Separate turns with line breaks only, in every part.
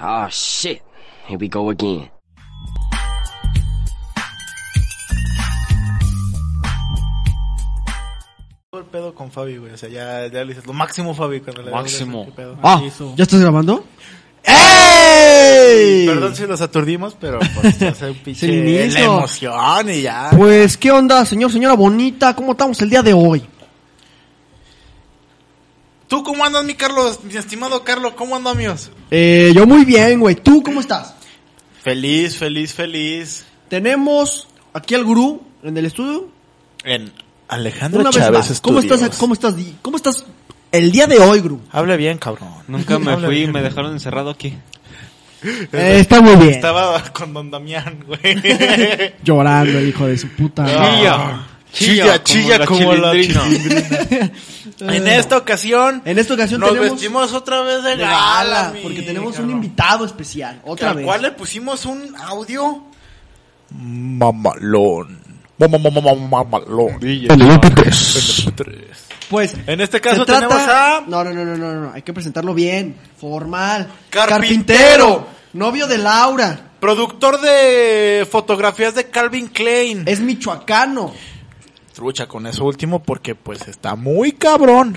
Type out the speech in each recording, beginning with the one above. Oh, shit. Here we go again.
Todo el pedo con Fabi, güey. O sea, ya, ya le dices lo máximo, Fabi. Cuando le
Máximo.
¿Qué pedo?
Ah,
Sí, su-
¿Ya estás grabando?
Sí, Perdón si los aturdimos, pero pues ya se
Es el
pinche la
inicio.
emoción y ya.
Pues, ¿qué onda, señor, señora bonita? ¿Cómo estamos el día de hoy?
¿Tú cómo andas, mi Carlos? Mi estimado Carlos, ¿cómo andas, amigos?
Eh, yo muy bien, güey. ¿Tú cómo estás?
Feliz, feliz, feliz.
Tenemos aquí al gurú en el estudio.
En Alejandro
Una vez
Chávez
más. ¿Cómo
Studios.
estás, ¿Cómo estás? di- ¿Cómo estás el día de hoy, gurú?
Habla bien, cabrón.
Nunca me
Habla
fui,
bien.
me dejaron encerrado aquí.
Eh, está muy bien.
Estaba con Don Damián, güey.
Llorando el hijo de su puta.
Ah.
Chilla, chilla como la
chilindrina.
En este esta ocasión,
Mm. En esta ocasión
nos
tenemos
vestimos otra vez de
de
gala,
gala,
mi
porque tenemos un
cabrón.
invitado especial. Otra
al
vez.
cual le pusimos un audio mamalón. Mamalón.
Pues,
En este caso
se trata-
tenemos a-
No, no, no, no, no, no, hay que presentarlo bien, formal.
Carpintero.
novio de Laura,
Productor de fotografías de Calvin Klein.
es michoacano.
Trucha con eso último porque pues está muy cabrón.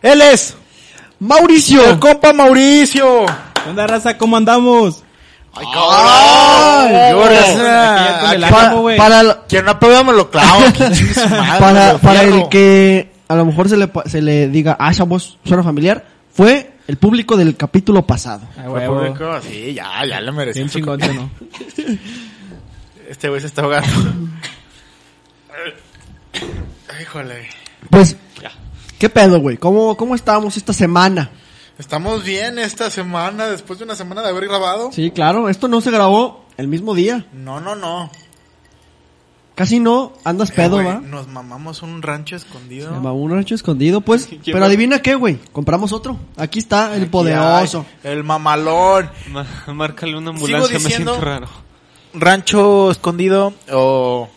Él es
Mauricio.
el compa Mauricio.
¿Qué onda, raza? ¿Cómo andamos?
Ay, cabrón.
güey.
Gracias.
Aquí ya con el
Aquí
ánimo,
pa-
güey.
para el-
Quien no aprueba me lo clavo. Chingue su madre,
para,
lo
para el
fierro.
que a lo mejor se le pa- se le diga, "Ah, esa voz suena familiar", fue el público del capítulo pasado.
Ay,
Fue
huevo.
público, Sí, ya, ya le merecí.
Bien chingón, ¿sí o ¿no?
Este güey se está ahogando. Ay, Híjole.
Pues ¿Qué pedo, güey? ¿Cómo cómo estábamos esta semana?
Estamos bien esta semana, después de una semana de haber grabado.
Sí, claro, esto no se grabó el mismo día.
No, no, no.
Casi no andas
Eh,
pedo,
güey,
¿va?
Nos mamamos un rancho escondido.
Se llama un rancho escondido, pues. Pero adivina qué, güey. Compramos otro. Aquí está el
Aquí
poderoso.
hay El mamalón.
Ma- Márcale una ambulancia, me
diciendo-
siento raro.
Rancho escondido o...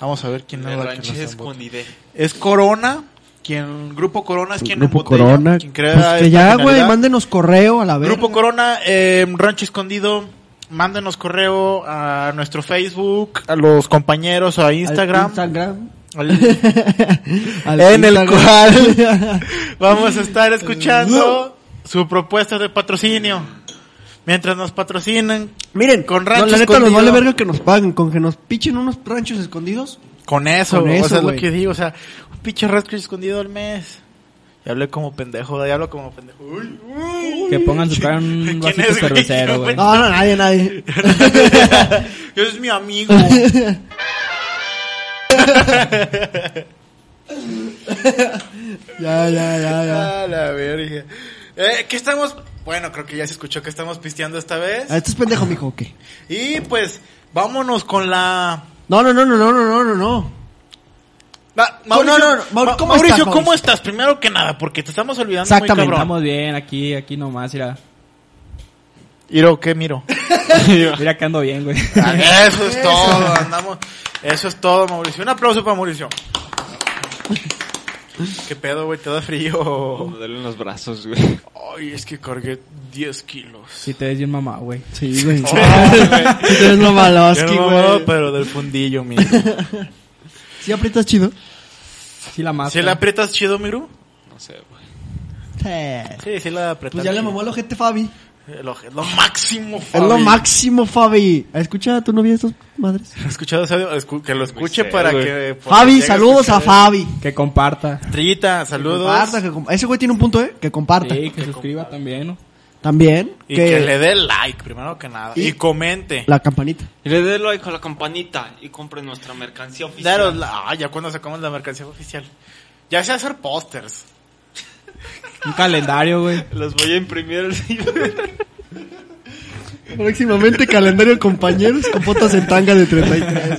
Vamos a ver quién es
El
la que
rancho
nos
es
embota.
con idea.
Es Corona, quien... Grupo Corona es quien
Grupo
embotella,
Corona.
quien crea
Pues que
esta
ya, güey,
finalidad.
mándenos correo a la vez.
Grupo Corona, eh, Rancho Escondido, mándenos correo a nuestro Facebook, a los compañeros, a Instagram.
Instagram.
Al-
Al
En el
Instagram.
cual- Vamos a estar escuchando su propuesta de patrocinio. Mientras nos patrocinan
Miren,
Con
con
rancho
la neta nos
escondido.
vale verga que nos paguen. Con que nos pichen unos ranchos escondidos.
con eso,
Con
o sea,
eso,
es lo
güey.
que digo, o sea, un pinche Rancho Escondido al mes. Ya hablé como pendejo, ya hablo como pendejo. Uy, uy.
Que pongan su cara en
¿Quién
un vasito
es, güey?
cervecero, güey.
No, no, nadie, nadie.
es mi amigo.
Ya, ya, ya, ya.
A la verga. Eh, ¿Qué estamos? Bueno, creo que ya se escuchó que estamos pisteando esta vez.
Ah, Este es pendejo, mijo, ¿o qué?
Y pues, vámonos con la...
No, no, no, no, no, no, no, no.
Va-
No,
Mauricio,
no, no, no. Mau-
Ma-
¿cómo
Mauricio,
estás,
¿cómo
Mauricio?
estás? Primero que nada, porque te estamos olvidando
Exactamente,
muy cabrón.
Estamos bien, aquí, aquí nomás, mira.
Iro, ¿qué miro? Ah,
Mira que ando bien, güey.
Eso es todo, andamos. Eso es todo, Mauricio. Un aplauso para Mauricio. ¿Qué pedo, güey? ¿Te da frío?
Me duelen los brazos, güey.
Ay, es que cargué 10 kilos.
Si te ves bien mamá, güey.
Sí, güey.
Ay, güey.
Tú eres lo
Yo
maloski,
no me muevo,
güey.
pero del fundillo, miro.
Sí, aprietas chido.
Sí la más.
¿Si la aprietas chido, Miru?
No sé, güey.
Pues
Sí, sí la apretas.
ya le
chido.
mamó el ojete Fabi.
El oje- Lo máximo,
Es
Fabi.
lo máximo, Fabi. ¿Escucha a tu novia estas madres?
¿Has escuchado ese audio? Escu- que lo escuche
sé,
para
güey.
que... pues,
Fabi,
llegue
saludos a
escuchar.
Fabi.
Que comparta.
Trillita,
Que
saludos.
comparta, que comp- Ese güey tiene un punto, ¿eh? Que comparta.
Sí, que suscriba también, ¿no?
También.
Y
que
que... le dé like, primero que nada. Y,
Y-
comente.
la campanita.
Y Le dé like a la campanita y compre nuestra mercancía oficial.
Daros la- Ah, ya cuando sacamos la mercancía oficial. Ya sé hacer pósters.
Un calendario, güey.
Los voy a imprimir
Próximamente calendario compañeros con botas en tanga de 33.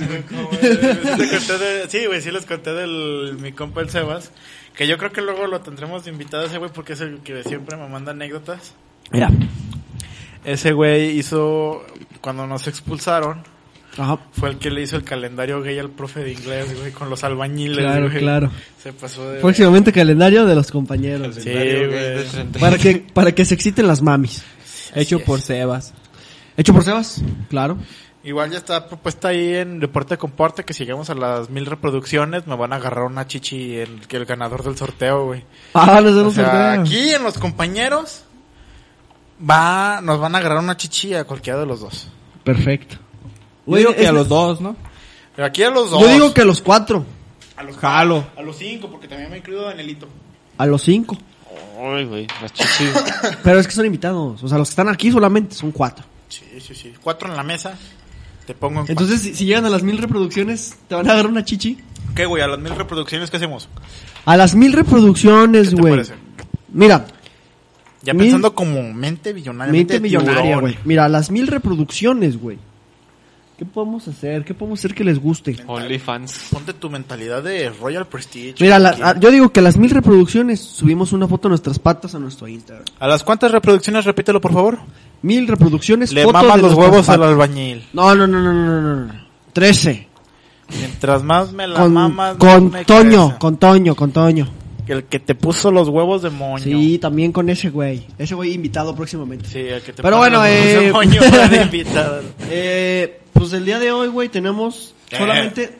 sí, güey, sí les conté del mi compa el Sebas. Que yo creo que luego lo tendremos de invitado ese güey porque es el que siempre me manda anécdotas.
Mira.
Ese güey hizo, cuando nos expulsaron,
Ajá.
fue el que le hizo el calendario gay al profe de inglés, güey, con los albañiles.
Claro,
güey.
claro.
Se pasó de...
Próximamente calendario de los compañeros.
Sí, güey.
Para que, para que se exciten las mamis.
Hecho por Sebas.
¿Hecho por Sebas? Claro.
Igual ya está propuesta ahí en Deporte Comporte que si llegamos a las mil reproducciones me van a agarrar una chichi el, que el ganador del sorteo, güey.
Ah, les
O
damos
sea,
sorteo.
aquí en los compañeros va, nos van a agarrar una chichi a cualquiera de los dos.
Perfecto.
Yo digo que
es-
a los dos, ¿no?
Pero aquí a los dos.
Yo digo que a los cuatro.
a los
Jalo.
A los cinco, porque también me ha incluido Danielito.
A los cinco.
Ay, güey, las chichis.
Pero es que son invitados. O sea, los que están aquí solamente son cuatro.
Sí, sí, sí. Cuatro en la mesa. Te pongo en
Entonces, si, si llegan a las mil reproducciones, ¿te van a dar una chichi?
cuatro. ¿Qué, güey? A las mil reproducciones, ¿qué hacemos?
A las mil
¿Qué
reproducciones,
te
güey.
parece?
Mira,
Ya
Mil-
pensando como mente billonaria.
mente
de
millonaria,
tiburón.
güey. Mira, las mil reproducciones, güey. ¿Qué podemos hacer? ¿Qué podemos hacer que les guste?
OnlyFans.
Ponte tu mentalidad de Royal Prestige.
Mira, la- ah,
Aquí.
a- yo digo que a las mil reproducciones subimos una foto de nuestras patas a nuestro Instagram.
¿A las cuántas reproducciones? Repítelo, por favor.
Mil reproducciones,
Le
foto
mamas
de
los
nuestras
huevos al
patas.
albañil.
No, no, no, no, no, no, no. Trece.
Mientras más me la
Con,
mamas,
con
más me
Toño,
crece.
con Toño, con Toño.
El que te puso los huevos de moño.
Sí, también con ese güey. Ese güey invitado próximamente.
Sí, el que te
Pero
puso
bueno,
los huevos de
eh,
moño fue de invitado.
Eh, pues el día de hoy, güey, tenemos
Eh.
solamente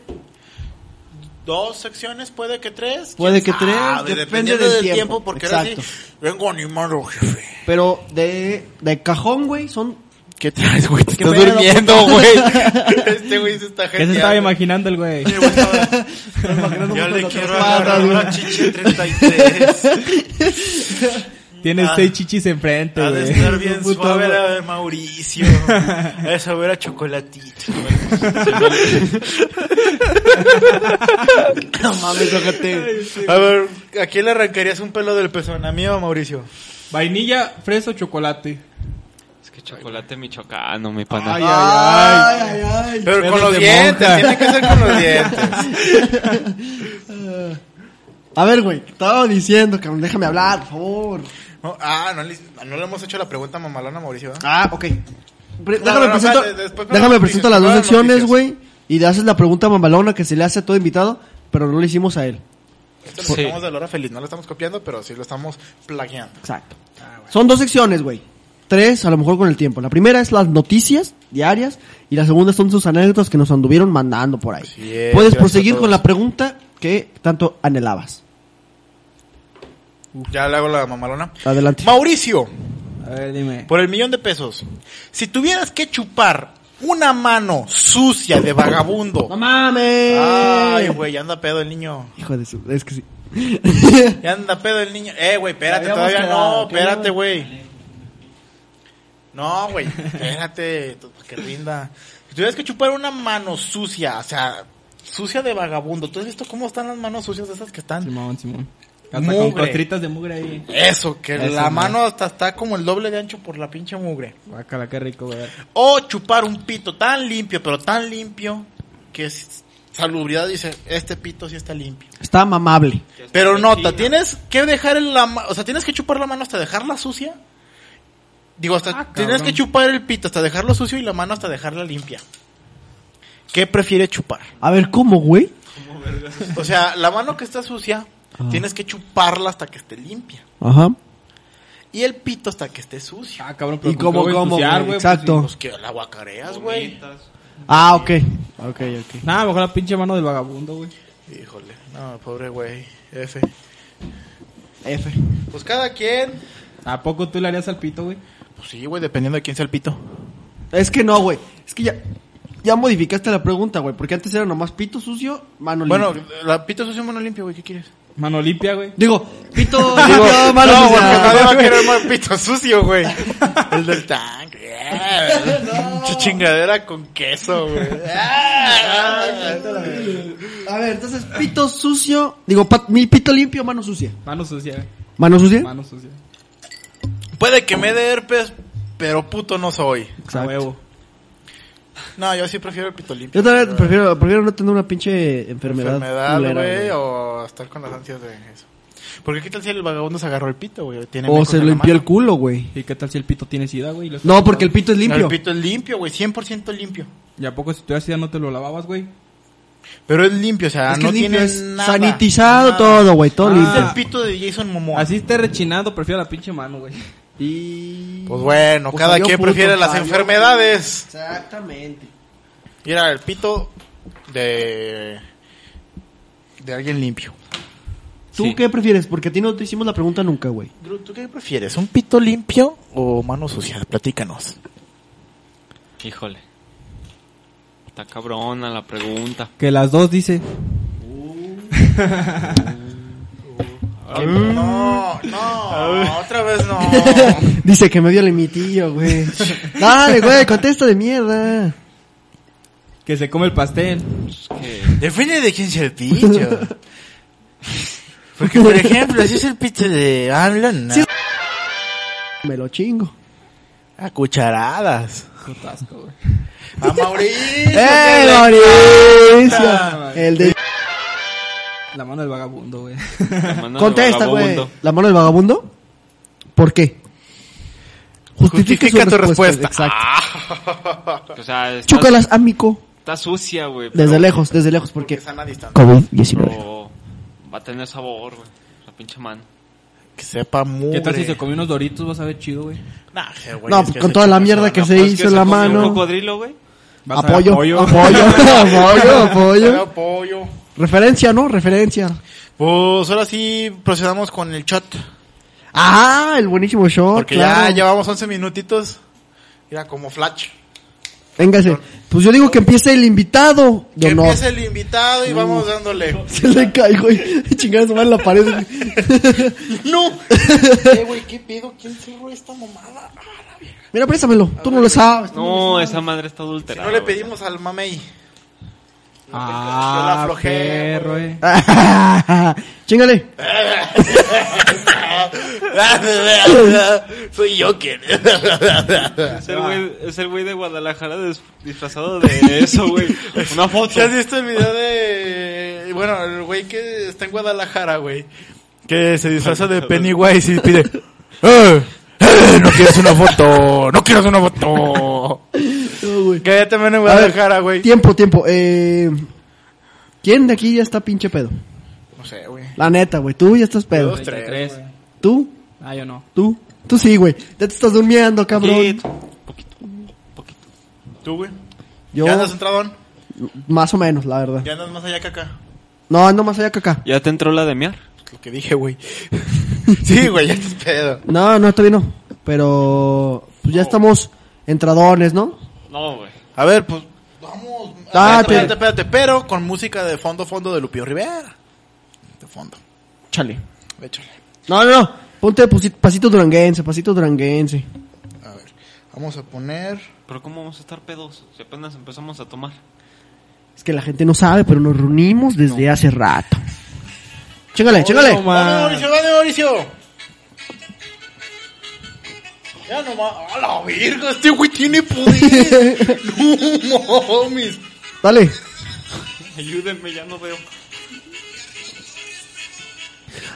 Dos secciones, puede que tres.
Puede
quién
que tres,
sabe,
depende
dependiendo
del
del
tiempo.
tiempo. porque ahora sí,
Exacto.
vengo animado, jefe.
Pero de, de cajón, güey, son...
¿Qué traes, güey? Te estás
pedo,
durmiendo,
puto?
güey. este güey se está
¿Qué se estaba imaginando el güey?
imaginando
Yo
con
le
otras
quiero
patas,
agarrar
güey.
una chichi 33.
Tiene
Ah.
seis chichis enfrente,
Ha de
güey.
estar bien
Un puto
suave
güey.
la de Mauricio. Ha de saber a chocolatito.
No mames, ojete.
A ver, ¿a quién le arrancarías un pelo del pezón? ¿A mí o a Mauricio?
Vainilla, fresa o chocolate.
Es que chocolate michoacano, mi pana.
Ay,
Ay, ay, ay.
Pero
Pelos
con los
de
dientes,
monja.
tiene que ser con los dientes.
A ver, güey, te estaba diciendo, cabrón, déjame hablar, por favor.
No, ah, no le, no le hemos hecho la pregunta mamalona a Mauricio, ¿eh? ¿verdad?
Ah, ok. Pre-
No, no,
déjame
no,
presento,
espérate, después para
déjame
las noticias,
presento las dos
para las
secciones,
noticias.
güey. Y le haces la pregunta mamalona que se le hace a todo invitado, pero no le hicimos a él.
Esto lo
Sí.
sacamos de la hora feliz, no lo estamos copiando, pero sí lo estamos plagiando.
Exacto.
Ah,
Son dos secciones, güey. Tres, a lo mejor con el tiempo. La primera es las noticias diarias y la segunda son sus anécdotas que nos anduvieron mandando por ahí.
Así es,
Puedes
gracias a
proseguir
todos.
con la pregunta que tanto anhelabas.
Ya le hago la mamalona.
Adelante.
Mauricio,
A ver, dime.
por el millón de pesos, si tuvieras que chupar una mano sucia de
¡No
vagabundo.
mames!
Ay, güey, ya anda pedo el niño.
Hijo de su... Es que sí.
Ya anda pedo el niño. Eh, güey, espérate,
Habíamos
todavía no,
quedado, que
espérate,
no.
güey. No, güey, espérate, tú, que rinda. Si tuvieras que chupar una mano sucia, o sea, sucia de vagabundo. ¿Tú has visto cómo están las manos sucias de esas que están?
Simón, Simón. Hasta con
Mugre.
costritas de mugre ahí.
Eso, que
Eso,
la
güey.
mano hasta está como el doble de ancho por la pinche mugre.
Guácala, qué rico, güey.
O chupar un pito tan limpio, pero tan limpio, que es salubridad dice, este pito sí está limpio.
Está mamable.
Pero nota,
China.
tienes que dejar el la ma- o sea, tienes que chupar la mano hasta dejarla sucia. Digo, hasta
Ah,
tienes
cabrón.
que chupar el pito hasta dejarlo sucio y la mano hasta dejarla limpia. ¿Qué prefiere chupar?
A ver, ¿cómo, güey?
O sea, la mano que está sucia,
Ah.
tienes que chuparla hasta que esté limpia.
Ajá.
Y el pito hasta que esté sucio.
Ah, cabrón,
¿Y
pero
cómo,
voy a
cómo,
ensuciar,
güey?
güey?
Exacto.
Pues que la aguacareas, güey.
Ah, ok. Ok, ok.
Nada, mejor la pinche mano del vagabundo, güey.
Híjole, no, pobre güey. F.
F.
Pues cada quien.
¿A poco tú le harías al pito, güey?
Pues sí, güey, dependiendo de quién sea el pito.
Es que no, güey. Es que ya... Ya modificaste la pregunta, güey. Porque antes era nomás pito sucio, mano
Bueno,
limpia.
la pito sucio mano limpia, güey, ¿qué quieres?
Mano limpia, güey.
Digo, pito
Digo,
limpio, mano
no,
sucia.
porque nadie va a querer más pito sucio, güey. El del tanque. eh, pinche Chingadera con queso, güey.
A ver, entonces, pito sucio. Digo, pa- mi pito limpio, mano sucia.
Mano sucia, güey.
¿Mano sucia?
Mano sucia.
Puede que me dé herpes, pero puto no soy.
A huevo.
No, yo sí prefiero el pito limpio.
Yo también
güey.
prefiero, prefiero no tener una pinche enfermedad.
enfermedad,
culera,
güey,
güey.
o estar con las ansias de eso. Porque qué tal si el vagabundo se agarró el pito, güey. Tiene
O
mecos
se
en la
limpió
mano.
el culo, güey.
¿Y qué tal si el pito tiene sida, güey?
No, porque el pito es
El
limpio.
pito es limpio, güey, 100% limpio.
¿Y a poco si tuvieras sida no te lo lavabas, güey?
Pero es limpio, o sea,
es que
no
es limpio,
tiene
es
nada.
sanitizado
nada.
todo, güey, todo
Ah.
Es el
limpio.
pito de Jason Momoa.
Así esté rechinando, prefiero la pinche mano, güey.
Y.
Pues bueno,
Pues
cada
salió
quien
puto,
prefiere las
salió
enfermedades.
puto. Exactamente.
Mira, el pito de. de alguien limpio.
¿Tú
Sí.
qué prefieres? Porque a ti no te hicimos la pregunta nunca, güey.
Drew, ¿tú qué prefieres? ¿Un pito limpio o mano sucia? Platícanos.
Híjole. Está cabrona la pregunta.
Que las dos dice.
No, no, otra vez no.
Dice que me viole mi tío, güey. Dale, güey, contesta de mierda.
Que se come el pastel.
Es que
Depende de quién sea el pito. Porque, por ejemplo, si es el pito de Amlan, no.
Sí. Me lo chingo.
a cucharadas. A Mauricio.
¡Eh,
que
Mauricio! El de...
La mano del vagabundo, güey.
la mano del
Contesta, güey.
vagabundo.
¿La mano del vagabundo? ¿Por qué? Justifica,
Justifica
su
tu
respuesta.
respuesta. Ah,
Exacto.
O sea, está,
Chúcalas, amigo.
está sucia, güey.
Desde
pero-
lejos, desde lejos, porque...
le- Sana distancia.
COVID-19.
pero va a tener sabor, güey. La pinche mano.
Que sepa mugre.
¿Qué tal si se comió unos doritos? Vas a ver chido, güey.
Nah, je, güey,
No,
es
pues
que
con
se
toda la
pasó,
mierda
no,
que
no,
se
Pues
hizo
que
en la
se comió Un
mano.
cocodrilo, güey.
Vas a ver
Apoyo, apoyo, apoyo,
Pero
apoyo.
pollo.
Referencia, ¿no? Referencia.
Pues ahora sí procedamos con el shot.
Ah, el buenísimo shot.
Porque
claro.
ya llevamos 11 minutitos. Mira, como flash.
Véngase. Pues yo digo que empiece el invitado.
Que
Yo no.
empiece el invitado y vamos dándole.
Se le cae, güey. Chingada, se va en la pared.
¡No! Eh, güey, ¿qué pedo? ¿Quién cerró esta mamada?
Mira, préstamelo. Tú no lo sabes. tú
No, esa madre está adulterada.
No le
güey.
pedimos al mamey.
Ah,
la flojera,
perro,
güey.
eh.
Chingale.
Soy Joker.
Es el güey- Es el güey de Guadalajara des- disfrazado de eso, güey. Una foto.
¿Ya has visto el video de... Bueno, el güey que está en Guadalajara, güey. Que se disfraza de Pennywise y pide... "Eh, eh, no quieres una foto, no quieres una foto.
No, güey.
Que ya también en
A ver,
Guadalajara, ah, güey.
Tiempo, tiempo. Eh, ¿Quién de aquí ya está pinche pedo?
No sé, güey.
La neta, güey. Tú ya estás pedo.
Dos, tres,
33.
Tú,
Ah, yo no.
tú, tú sí, güey. Ya te estás durmiendo, cabrón.
Poquito, poquito.
¿Tú, güey?
Yo,
¿Ya andas entradón?
más o menos, la verdad.
¿Ya andas más allá que acá?
No, ando más allá que acá.
¿Ya te entró la de miar?
Pues Lo que dije, güey. sí, güey, ya estás pedo.
No, no, todavía no. Pero pues ya estamos entradones, ¿no?
No, güey.
A ver, pues... Vamos.
Ah,
espérate,
te-
espérate, espérate. Pero con música de fondo, fondo de Lupio Rivera. De fondo.
Chale.
Échale.
No, no, no. Ponte posi- pasito duranguense, pasito duranguense.
A ver, vamos a poner.
Pero ¿cómo vamos a estar pedos si apenas empezamos a tomar?
Es que la gente no sabe, pero nos reunimos desde hace rato. Chégale, chégale.
no, ma-
¡Dale, Mauricio! ¡Dale, Mauricio! Ya nomás. ¡A la verga! Este güey tiene poder. no mames.
Dale.
Ayúdenme, ya no veo.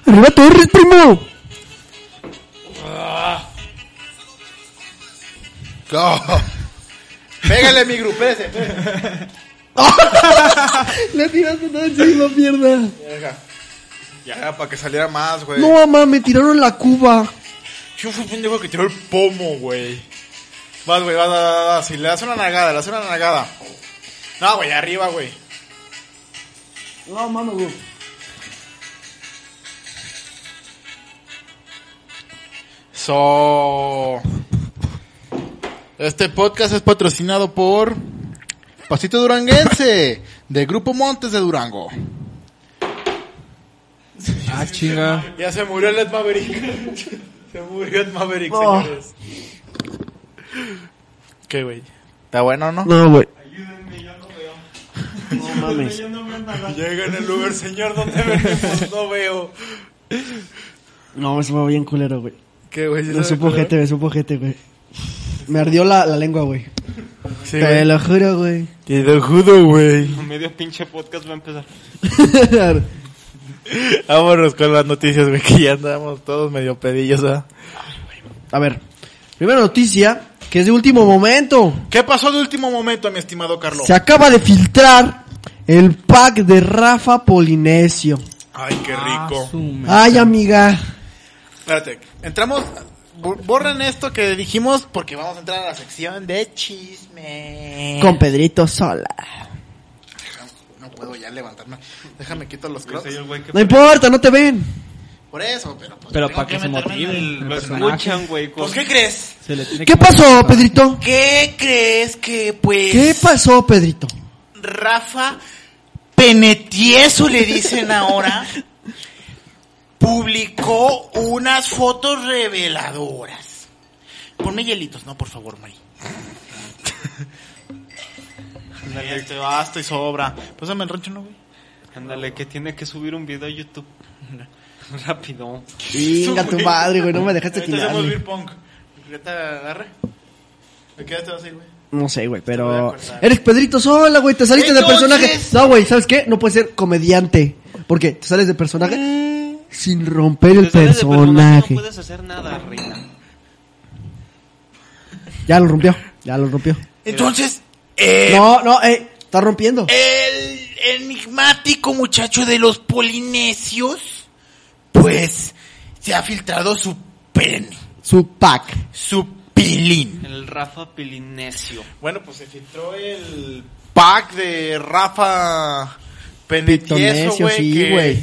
Arriba Torres, primo.
Ah. Pégale mi grupo ese. pégale.
Le tiraste todo encima, mierda.
Verga. Ya, para que saliera más, güey.
No, mamá, me tiraron la cuba.
Yo fui un pendejo que tiró el pomo, güey. Vas, güey, vas, vas, vas, vas. Si le das una nalgada, le das una nalgada. No, güey, arriba, güey.
No, mamá, güey.
So. Este podcast es patrocinado por Pasito Duranguense de Grupo Montes de Durango.
Ah, chinga.
Ya se murió el Ed Maverick. se murió Ed Maverick,
No.
señores. ¿Qué, güey? ¿Está bueno, no?
No, güey.
Llega en el Uber, señor, ¿dónde venimos? No veo.
No, eso fue bien culero, güey.
¿Qué, güey?
Me supo gente, me supo gente, güey. Me ardió la, la lengua, güey.
Sí,
Te
güey.
lo juro, güey.
Te lo juro, güey.
Medio pinche podcast va a empezar.
Vámonos con las noticias, güey, que ya andamos todos medio pedillos, ¿ah?
A ver, primera noticia, que es de último momento.
¿Qué pasó de último momento, mi estimado Carlos?
Se acaba de filtrar el pack de Rafa Polinesio.
Ay, qué
Ah,
rico.
su me-
Ay, amiga.
Espérate, entramos bo- borren esto que dijimos porque vamos a entrar a la sección de chisme.
Con Pedrito sola.
No puedo ya levantarme. Déjame quito los
Yo
crocs.
soy el güey que-
No importa, no te ven.
Por eso, pero pues
Pero
tengo
para que se
meterme en
motive.
el-
el
Lo
personaje.
escuchan, güey. con-
Pues ¿qué crees?
Se le tiene
¿Qué
que-
Ah.
pasó, Pedrito?
¿Qué crees que pues
¿Qué pasó, Pedrito?
Rafa Penetieso le dicen ahora publicó unas fotos reveladoras. Ponme hielitos, no, por favor, May. Ándale, te basta y sobra. Pásame el rancho, no, güey.
Ándale, que tiene que subir un video a YouTube. Rápido.
Venga, tu
Güey.
madre, güey, no me dejaste
Ahorita
tirar.
hacemos
güey.
beer pong. Greta, agarra. ¿De qué edad te vas a ir, güey?
No sé, güey,
Te voy a
pero.
cortar.
Eres Pedrito Sola, güey, te saliste
Entonces-
de personaje. No, güey, ¿sabes qué? No puedes ser comediante. Porque te sales de personaje
Eh.
sin romper el
Desde antes de personaje
personaje.
No puedes hacer nada, reina.
Ya lo rompió, ya lo rompió.
Entonces, eh,
No, no, eh, está rompiendo.
El enigmático muchacho de los polinesios, pues se ha filtrado su pene,
Su pack.
su pilín.
El Rafa Pilinesio.
Bueno, pues se filtró el pack de Rafa Penetieso,
Pitonesio,
güey.
sí,
que,
güey.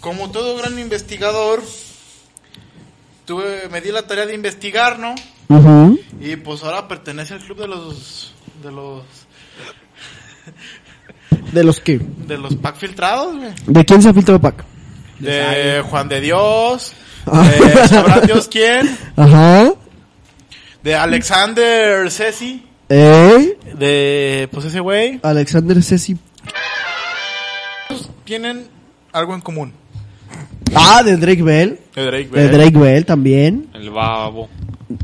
Como todo gran investigador, tuve, me di la tarea de investigar, ¿no?
Ujú.
Y pues ahora pertenece al club de los de los
¿De los qué?
de los pack filtrados, güey.
¿De quién se filtró el pack?
de Juan de Dios,
Ah.
de sabrá Dios quién,
Ajá.
de Alexander Ceci,
¿Eh?
de pues ese güey,
Alexander Ceci.
tienen algo en común.
Ah, de Drake Bell.
De Drake Bell.
De Drake Bell también.
El babo.
Con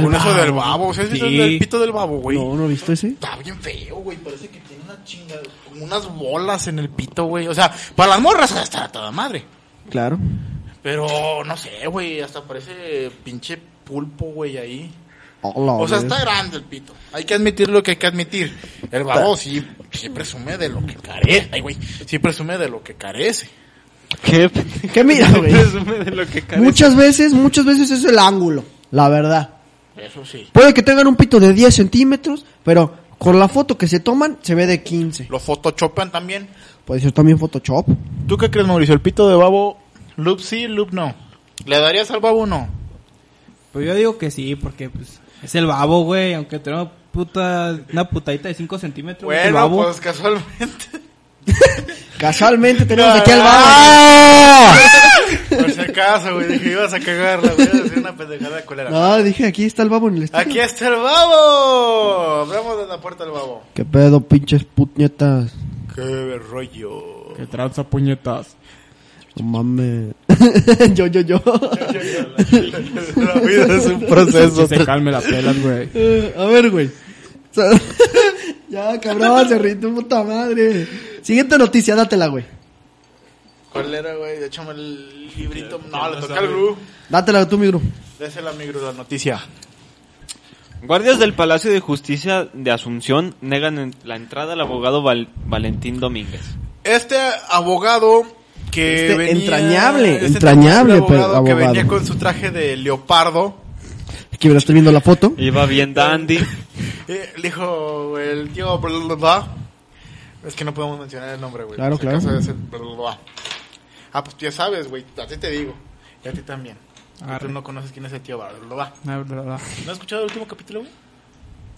Del
eso del
Babo.
babo, ¿sí has visto
Sí.
el del pito del babo, güey?
No, no he visto ese.
Está bien feo, güey, parece que tiene una chinga, como unas bolas en el pito, güey. O sea, para las morras hasta toda madre.
Claro.
Pero no sé, güey, hasta parece pinche pulpo, güey, ahí.
Hola,
O sea,
güey.
está grande el pito. Hay que admitir lo que hay que admitir. El babo sí, sí presume de lo que carece. Ay, güey. Sí presume de lo que carece.
¿Qué?
¿Qué mira, güey?
Presume de lo que carece.
Muchas veces, muchas veces es el ángulo. La verdad.
Eso sí.
Puede que tengan un pito de 10 centímetros, pero con la foto que se toman se ve de 15.
Lo photoshopan también.
Puede ser también Photoshop.
¿Tú qué crees, Mauricio? ¿El pito de babo, loop sí, loop no? ¿Le darías al babo o no?
Pues yo digo que sí, porque pues, es el babo, güey. Aunque tenga una, puta, una putadita de 5 centímetros, güey, es el babo.
pues, casualmente.
Casualmente tenemos aquí al babo.
babo. Ah. Por si acaso, güey. Dije, ibas a cagarla, güey. a decir una pendejada de colera.
No, dije, aquí está el babo en el estudio.
Aquí está el babo. Hablamos de la puerta del babo.
¿Qué pedo, pinches puñetas?
Qué rollo.
Que tranza puñetas.
No mames. yo, yo, yo.
La vida es un proceso.
calme la pelas, güey.
Eh, A ver, güey. O sea, ya, cabrón, se ríe tu puta madre. Siguiente noticia, dátela, güey.
¿Cuál era, güey? Échame el librito. No, le toca al Gru.
Dátela tú, mi gru.
Désela a mi Gru la noticia.
Guardias del Palacio de Justicia de Asunción negan en- la entrada al abogado Val- Valentín Domínguez.
Este abogado que
Este
venía...
entrañable,
este entrañable
entrañable,
abogado
pero
que
abogado.
venía con su traje de leopardo.
Aquí me la estoy viendo la foto.
Iba bien dandy.
Eh, le dijo el tío... bla, bla, bla. Es que no podemos mencionar el nombre, güey.
Claro,
Si
claro.
acaso es el bla, bla, bla. Ah, pues tú ya sabes, güey. A ti te digo. Y a ti también. Tú
Arre.
no conoces quién es el tío... bla, bla, bla.
Ah, bla, bla,
¿No has escuchado el último capítulo, güey?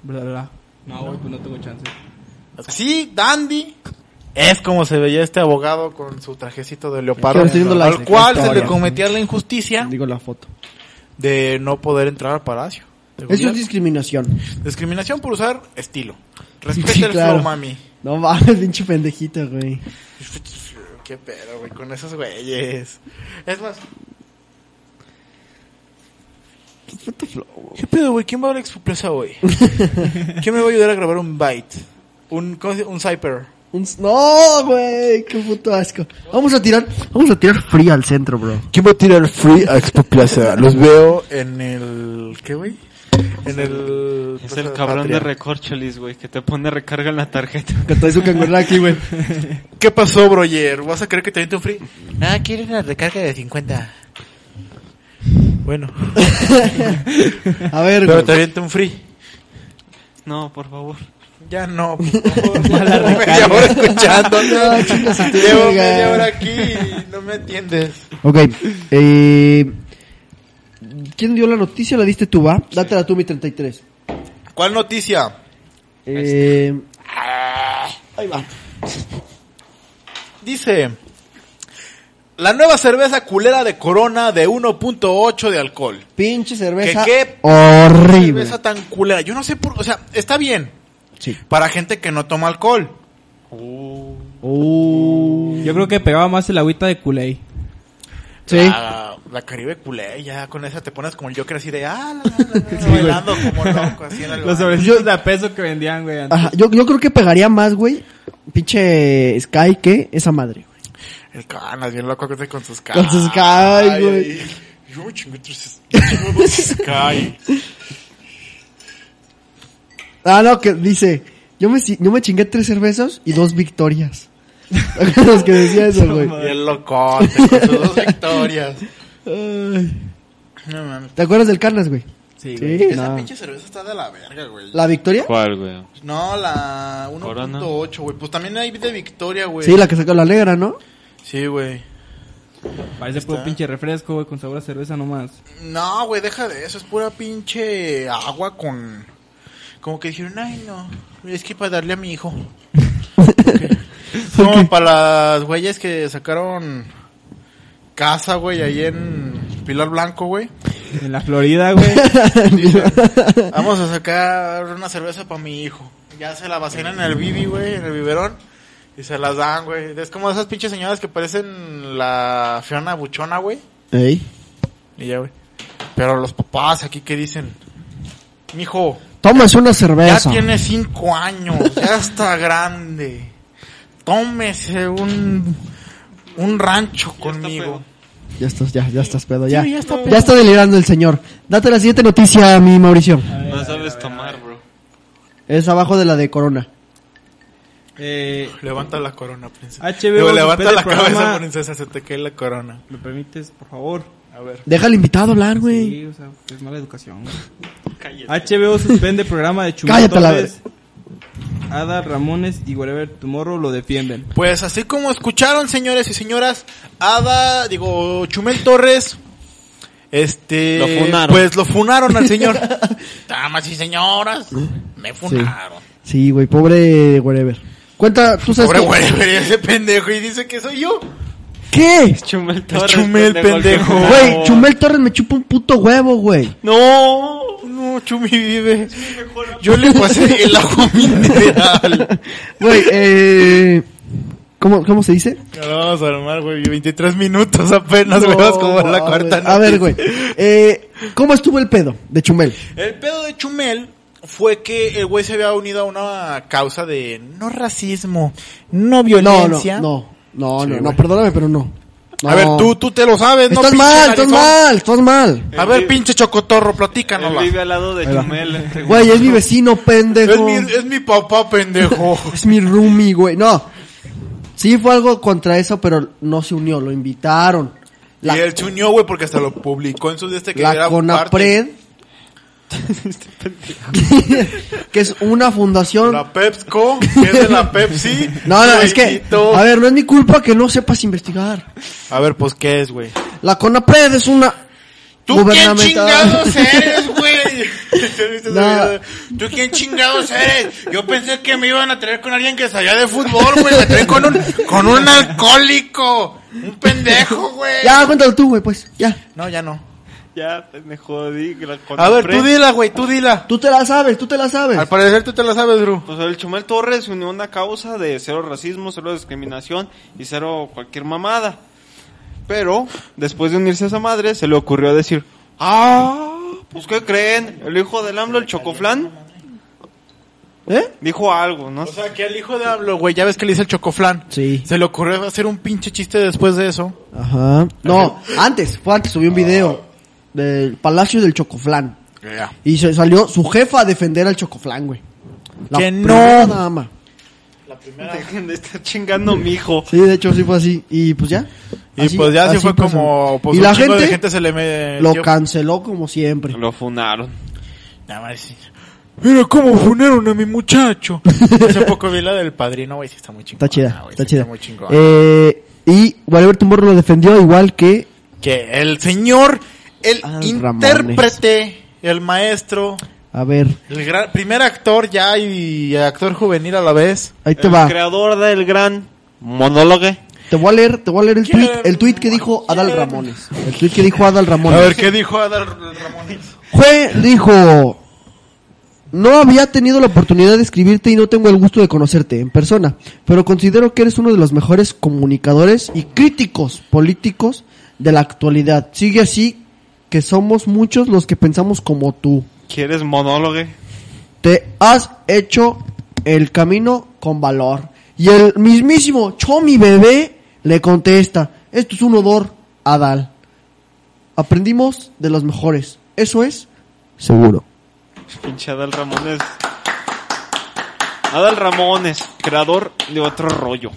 bla, bla. No, güey, pues no tengo chance.
Sí, Dandy. Es como se veía este abogado con su trajecito de leopardo,
Estoy viendo la
al cual se
historia.
le cometía la injusticia
Digo la foto.
de no poder entrar al palacio. de
Eso es
gobierno.
discriminación.
Discriminación por usar estilo. Respeta
Sí,
el
claro.
flow, mami.
No mames, pinche pendejito, güey.
Qué pedo, güey, con esos güeyes. Es más, ¿qué pedo, güey? ¿Quién va a la expoplaza hoy? ¿Quién me va a ayudar a grabar un bite? Un, ¿cómo se dice? un cyper.
Un s- No, güey, qué puto asco. Vamos a tirar, vamos a tirar fría al centro, bro.
¿Quién va a tirar free a Expo Plaza? Los Pues veo en el... ¿Qué, güey? En el...
Es
Plaza
el cabrón de
Patria.
Recorcholis, güey, que te pone recarga en la tarjeta.
Que trae su cangurera aquí, güey.
¿Qué pasó, broyer? ¿Vas a creer que te diste un free? Ah, quiero una recarga de 50. Bueno,
A ver,
pero
güey.
te avienta un free.
No, por favor.
Ya no, por favor. Llevo media hora escuchando.
No, chingas a tu
Llevo
verga.
media hora aquí y no me atiendes.
Ok. Eh, ¿Quién dio la noticia? La diste tú, va. Dátela tú, mi 33.
¿Cuál noticia?
Eh,
Dice, la nueva cerveza culera de Corona de 1.8 de alcohol.
pinche cerveza.
¿Qué, qué?
Horrible.
Cerveza tan culera. Yo no sé por, o sea, está bien
Sí.
para gente que no toma alcohol. Uh.
Yo creo que pegaba más el agüita de Kool-Aid.
Sí.
La, la Caribe culé, ya con esa te pones como el Joker así de ah, la, la, la, la, bailando como loco así en el
Los
bar.
sobrecitos de a peso que vendían, güey. antes.
Ajá, yo, yo creo que pegaría más, güey. Pinche Sky que esa madre. güey.
El canas bien loco que con sus canas.
Con sus Sky, güey.
Yo chingo tres chingo dos Sky.
Ah, no, que dice, yo me, ci- yo me chingué tres cervezas y dos victorias. Los que decía eso, güey.
Bien locote con sus dos victorias.
Ay.
No mames.
¿Te acuerdas del Carnas, güey?
Sí, güey.
Sí,
Esa
no.
pinche cerveza está de la verga, güey.
¿La victoria?
¿Cuál, güey?
No, la
Corona.
1.8, güey. Pues también hay de Victoria, güey.
Sí, la que sacó la negra, ¿no?
Sí, güey.
Parece puro
Está.
pinche refresco, güey, con sabor a cerveza nomás.
No, güey, deja de eso. Es pura pinche agua con. Como que dijeron, ay, no. Es que para darle a mi hijo. Como para las güeyes que sacaron casa, güey, ahí en Pilar Blanco, güey.
En la Florida, güey.
Vamos a sacar una cerveza para mi hijo. Ya se la vacilan en el bibi, güey, en el biberón. Y se las dan, güey. Es como esas pinches señoras que parecen la Fiona Buchona, güey.
Ey.
Y ya, güey. Pero los papás aquí que dicen, mijo,
Tomas una
ya
cerveza.
tiene cinco años, ya está grande. Tómese un, un rancho conmigo.
Ya estás, ya, ya estás pedo, ya.
Sí, ya
ya,
está
está
pedo.
delirando el señor. Date la siguiente noticia, mi Mauricio.
No sabes tomar, bro.
Es abajo de la de Corona.
Eh,
Levanta la corona, princesa.
HBO
Digo, levanta
suspende
la
el programa.
cabeza, princesa, se te cae la corona.
¿Me permites, por favor?
A ver.
Deja al invitado hablar, güey.
Sí, o sea, es mala educación. güey. HBO suspende programa de Chumel
Cállate la
Torres. Ada Ramones y Whatever Tomorrow lo defienden.
Pues así como escucharon, señores y señoras, Ada, digo, Chumel Torres, este,
Lo funaron.
pues lo funaron al señor. Damas y señoras, me funaron.
Sí, güey, pobre whatever. Cuenta, tú sabes
Pobre
que-
güey, güey, ese pendejo y dice que soy yo.
¿Qué?
Chumel
Torres, Chumel, pendejo, el que pendejo. jugó.
Güey, Chumel Torres me chupa un puto huevo, güey.
No, no, Chumi vive. Yo le pasé el agua mineral.
Güey, eh... ¿Cómo, ¿Cómo se dice?
Ya lo vamos a armar, güey, 23 minutos apenas, güey, vas como en la
No,
cuarta.
güey. A ver,
noticia.
güey. Eh, ¿Cómo estuvo el pedo de Chumel?
El pedo de Chumel fue que el güey se había unido a una causa de no racismo, no
No, no,
violencia.
no. No,
Sí,
no, no,
güey.
perdóname, pero no. No.
A ver, tú, tú te lo sabes,
Estás
pinche
mal, estás
narizón?
mal, estás mal.
A ver, pinche chocotorro, platícanos.
Él vive al lado de Chumel.
Güey, es mi vecino,
Es
pendejo.
mi, es mi papá, pendejo.
Es mi roomie, güey. No. Sí fue algo contra eso, pero no se unió, lo invitaron. La,
Y él se unió, güey, porque hasta lo publicó en su de este que
la
era
CONAPRED. que es una
parte-
fundación.
La Pepco, que es de la Pepsi.
No, no, es que.
Güeyito.
A ver, no es mi culpa que no sepas investigar.
A ver, pues, ¿qué es, güey?
La CONAPRED es una.
¿Tú quién
gubernamental-
chingados eres, güey? ¿Te viste ese
No.
video? ¿Tú quién chingados eres? Yo pensé que me iban a traer con alguien que sabía de fútbol, güey. Me traen con un, con un alcohólico. Un pendejo, güey.
ya, cuéntalo tú, güey, pues. Ya.
No, ya no.
Ya, pendejo, di. que la
A ver, tú
compré.
dila, güey, tú dila.
Tú te la sabes, tú te la sabes.
Al parecer tú te la sabes, Drew.
Pues el Chumel Torres se unió a una causa de cero racismo, cero discriminación y cero cualquier mamada. Pero, después de unirse a esa madre, se le ocurrió decir, ah, pues ¿qué creen? El hijo del AMLO, el Chocoflán,
¿Eh?
dijo algo, ¿no?
O sea, que al hijo de hablo, güey, ya ves que le hice el chocoflán.
Sí.
Se le ocurrió hacer un pinche chiste después de eso.
Ajá. No, antes, fue antes, subí un video del Palacio del Chocoflán. Y se salió su jefa a defender al Chocoflán, güey. La
Que no.
primera dama.
Dejen de estar chingando mi hijo.
Sí, de hecho sí fue así. Y pues ya.
Y
Así-
pues ya así
así
fue
pasó.
como pues
Y
un
la
chingo de
gente
gente se le me Ah,
Lo canceló como siempre.
Lo funaron.
Nada más sí. Mira cómo funaron a mi muchacho. Hace poco vi la del padrino, güey, sí está muy chingona.
Está chida,
güey,
está
sí
chida.
muy chingona.
eh, y Gualberto Tumor lo defendió igual que
Que el señor, el
Ah,
intérprete, el maestro,
a ver,
el gran- primer actor ya y actor juvenil a la vez.
ahí te
el
va.
creador del gran monólogo.
Te voy a leer, te voy a leer el
¿Quién?
tweet, el tweet que dijo Adal
¿Quién?
Ramones. El tweet que dijo Adal
A
Ramones.
ver qué dijo Adal Ramones.
Jue dijo, no había tenido la oportunidad de escribirte y no tengo el gusto de conocerte en persona, pero considero que eres uno de los mejores comunicadores y críticos políticos de la actualidad. Sigue así que somos muchos los que pensamos como tú.
¿Quieres monólogo?
Te has hecho el camino con valor. Y el mismísimo Chomi Bebé le contesta, esto es un odor, Adal. Aprendimos de los mejores. Eso es seguro.
Pinche Adal Ramones. Adal Ramones, creador de otro rollo.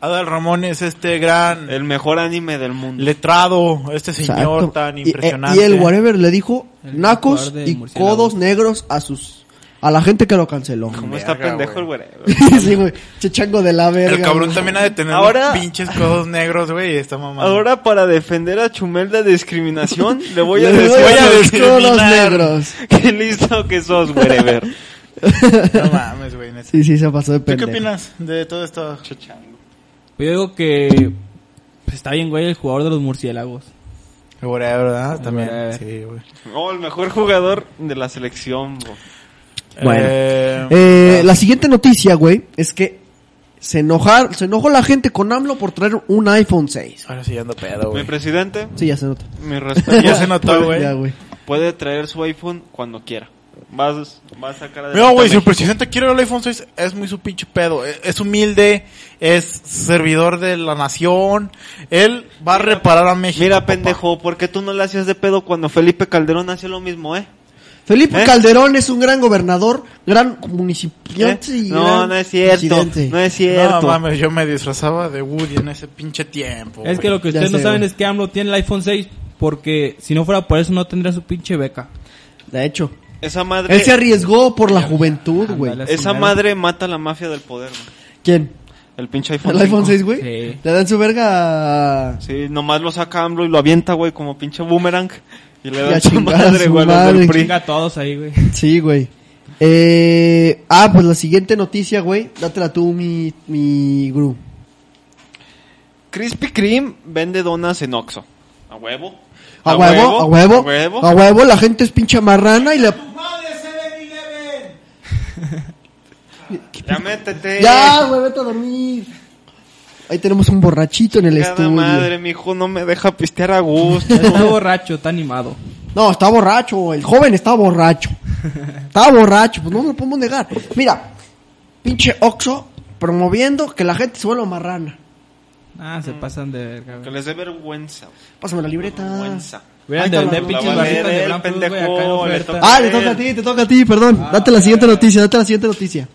Adal Ramones, este gran
El mejor anime del mundo.
letrado, este señor
Exacto.
tan
Y-
impresionante.
Y, el whatever le dijo
El
nacos
jaguar de
y
murciélago.
codos negros a sus a la gente que lo canceló.
¿Cómo está
Verga,
pendejo
güey.
el güey?
sí, güey. Che chango de la verga.
El cabrón
güey.
también ha de tener
Ahora-
pinches codos negros, güey, esta mamá.
Ahora para defender a Chumel de discriminación, le voy a
Le
decir
voy a
voy a
los codos
discriminar.
negros.
qué listo que sos, wherever.
No mames, güey. neta.
Sí, sí, se pasó de
¿Tú qué
pendejo.
opinas de todo esto?
Pues yo digo que pues, está bien, güey, el jugador de los murciélagos.
Whatever, ¿verdad? También.
Whatever.
Sí, güey.
No, Oh, el mejor jugador de la selección, bro.
Bueno.
Eh,
Eh, la siguiente noticia, güey, es que se enojar, se enojó la gente con AMLO por traer un iPhone 6.
Ahora sí ya ando pedo,
Mi
güey.
presidente,
Sí, ya se nota.
mi respeto.
Ya se notó, güey.
Ya, güey.
Puede traer su iPhone cuando quiera. Vas, vas a sacar adelante
Mira, güey,
a
si el
México.
presidente quiere el iPhone 6, es muy su pinche pedo. Es, es humilde, es servidor de la nación. Él va a reparar a México.
Mira,
papá.
pendejo, ¿por qué tú no le hacías de pedo cuando Felipe Calderón hacía lo mismo, eh?
Felipe
¿Eh?
Calderón es un gran gobernador, gran municipante
¿Eh?
y
No,
gran
no es cierto.
presidente.
No es
No
cierto.
mames, yo me disfrazaba de Woody en ese pinche tiempo.
es
güey.
que lo que
Ya
ustedes no
sé,
saben
güey.
es que AMLO tiene el iPhone 6 porque si no fuera por eso no tendría su pinche beca.
De hecho,
Esa madre,
él se arriesgó por la juventud, güey.
Ándale.
esa madre mata a la mafia del poder, güey.
¿Quién?
El pinche iPhone.
¿El iPhone
5.
6, güey?
Sí.
Le dan su verga a...
Sí, nomás lo saca AMLO y lo avienta, güey, como pinche boomerang. Y le
Y a
da su
chingar a
madre,
su
güey, a los del
madre.
PRI.
Chinga a todos ahí, güey.
Sí, güey. Eh, ah, pues la siguiente noticia, güey. Dátela tú, mi, mi gru.
Krispy Kreme vende donas en Oxxo. ¿A huevo?
A, huevo, a huevo,
¿A huevo?
a huevo, la gente es pinche marrana y la...
Ya métete.
Ya, güey, vete a dormir. Ahí tenemos un borrachito en el
Cada
estudio.
madre, mi hijo no me deja pistear a gusto.
Está borracho, está animado.
No, está borracho, el joven está borracho. Está borracho, pues no lo podemos negar. Mira, pinche Oxo promoviendo que la gente se vuelva marrana.
Ah,
Mm.
se pasan de verga,
que
güey.
les dé vergüenza. güey.
Pásame la libreta.
Vergüenza.
Hubieran
Ahí
de
está
vender
la-
pinches
la
barritas
bandera,
de
el
Gran Plus, güey,
eh, pendejo,
acá en
le
oferta.
toca-
Ah, te toca a ti, te toca a ti, perdón.
Ah,
Date la siguiente noticia, date la siguiente noticia.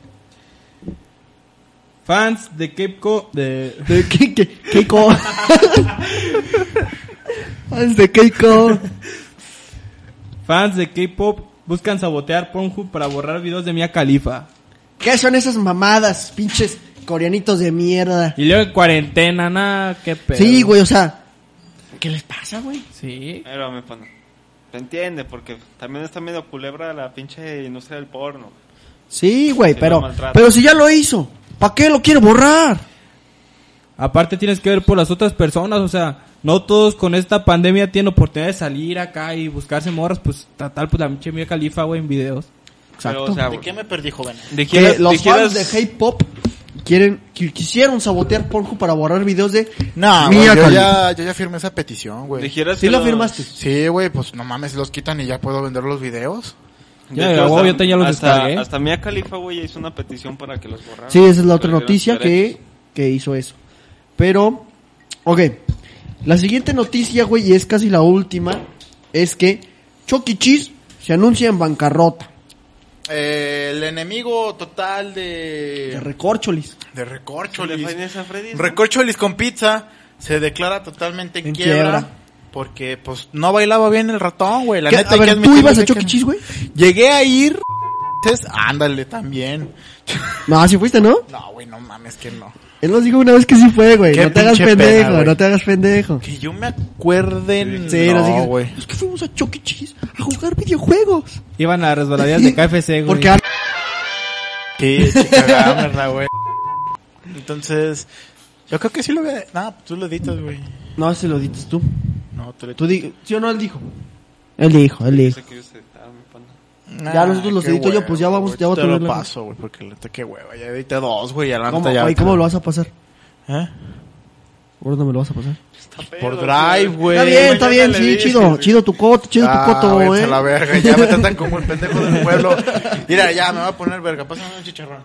Fans de Capco de...
De Ke- Ke- Keiko. Fans de Keiko.
Fans de K-pop buscan sabotear Pornhub para borrar videos de Mia Khalifa.
¿Qué son esas mamadas, pinches coreanitos de mierda?
Y luego en cuarentena, nada, qué pedo.
Sí, güey, o sea. ¿Qué les pasa, güey?
Sí.
Espérame, pana. Te entiende, porque también está medio culebra la pinche industria del porno.
Sí, güey,
Sí, lo
pero,
maltratan.
pero si ya lo hizo, ¿para qué lo quiere borrar?
Aparte tienes que ver por las otras personas, o sea, no todos con esta pandemia tienen oportunidad de salir acá y buscarse morras, pues tratar pues la pinche Mia Khalifa, güey, en videos.
Pero, o sea, güey,
¿Qué me perdí, joven?
dijeras-
que los
dijeras-
fans de K-pop quieren, qui- quisieron sabotear Pornhub para borrar videos de.
No,
Mia
güey, yo
Khalifa.
ya, yo ya firmé esa petición, güey.
dijeras
Sí
que
lo
los-
firmaste.
Sí, güey, pues no mames, los quitan y ya puedo vender los videos.
De
Ya,
hecho,
ya,
hasta-
güey, yo te- ya los
hasta,
descargué.
hasta Mia Khalifa, güey, hizo una petición para que los borraran.
Sí, esa es la otra
Perdieron
noticia
sus derechos.
que, que hizo eso. Pero, ok. La siguiente noticia, güey, y es casi la última, es que Chucky Cheese se anuncia en bancarrota.
Eh, el enemigo total de...
De recorcholis.
De
Le fue en
Recorcholis.
esa Freddy's, ¿no?
Recorcholis con pizza. se declara totalmente en,
En
quiebra,
quiebra.
porque pues no bailaba bien el ratón, güey. La
¿Qué-
neta,
a
hay que
ver, ¿tú
admitirlo,
ibas a
hay que-
Chucky Cheese, güey?
Llegué a ir. entonces, Ándale también.
No, sí fuiste, ¿no?
No, güey, no mames que no.
Él nos dijo una vez que sí fue, güey.
Qué
No te hagas
pinche pena,
pendejo,
güey.
no te hagas pendejo.
Que yo me acuerde.
Sí, nos
no,
dijiste,
güey.
Es que fuimos a Chucky Cheese a jugar videojuegos.
Iban a las resbaladillas de KFC, güey.
Porque a-
Sí, chica, dámela, güey. Entonces, yo creo que sí lo voy a... No, tú lo editas, güey.
No, se lo dices tú.
No, tú lo editas.
Tú di... ¿Sí o no él dijo? Él dijo, él dijo.
Sé que yo sé, ah, mi pana.
Ya nosotros los
qué
edito yo, pues ya vamos-
güey.
ya voy a
Te lo
tener la-
paso, güey, porque la neta, qué hueva. Ya edité dos, güey, ya la
¿Cómo,
neta ya...
güey, ¿Cómo lo vas a pasar?
¿Eh?
¿Por dónde me lo vas a pasar?
Por drive, güey.
Está bien, está bien,
le
sí,
dije,
chido.
güey.
Chido tu coto, chido tu
Ah,
coto, eh.
váyanse
güey.
a la verga, ya me tratan como el pendejo del pueblo. Mira, ya, me va a poner verga. Pásame un chicharrón.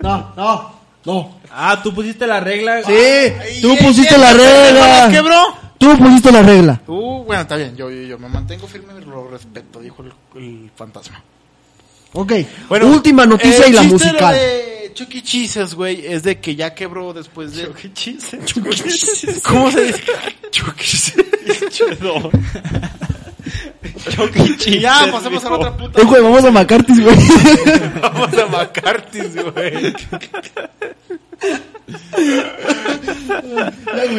No, no, no.
Ah, tú pusiste la regla.
Sí,
Ay,
tú
ey,
pusiste
ey,
la
¿no las
regla.
quebró?
Tú pusiste la regla.
Uh, bueno, está bien, yo, yo, yo me mantengo firme y lo respeto, dijo el, el fantasma.
Ok, última noticia
el
y la
chiste de
musical.
lo de Chuck E. Cheese's, güey, es de que ya quebró después de... Chucky E. Cheese's. E. ¿Cómo se dice? Chucky Ya, pasemos a la otra puta.
Eh, güey, vamos a Macartis, güey.
Vamos a Macartis, güey.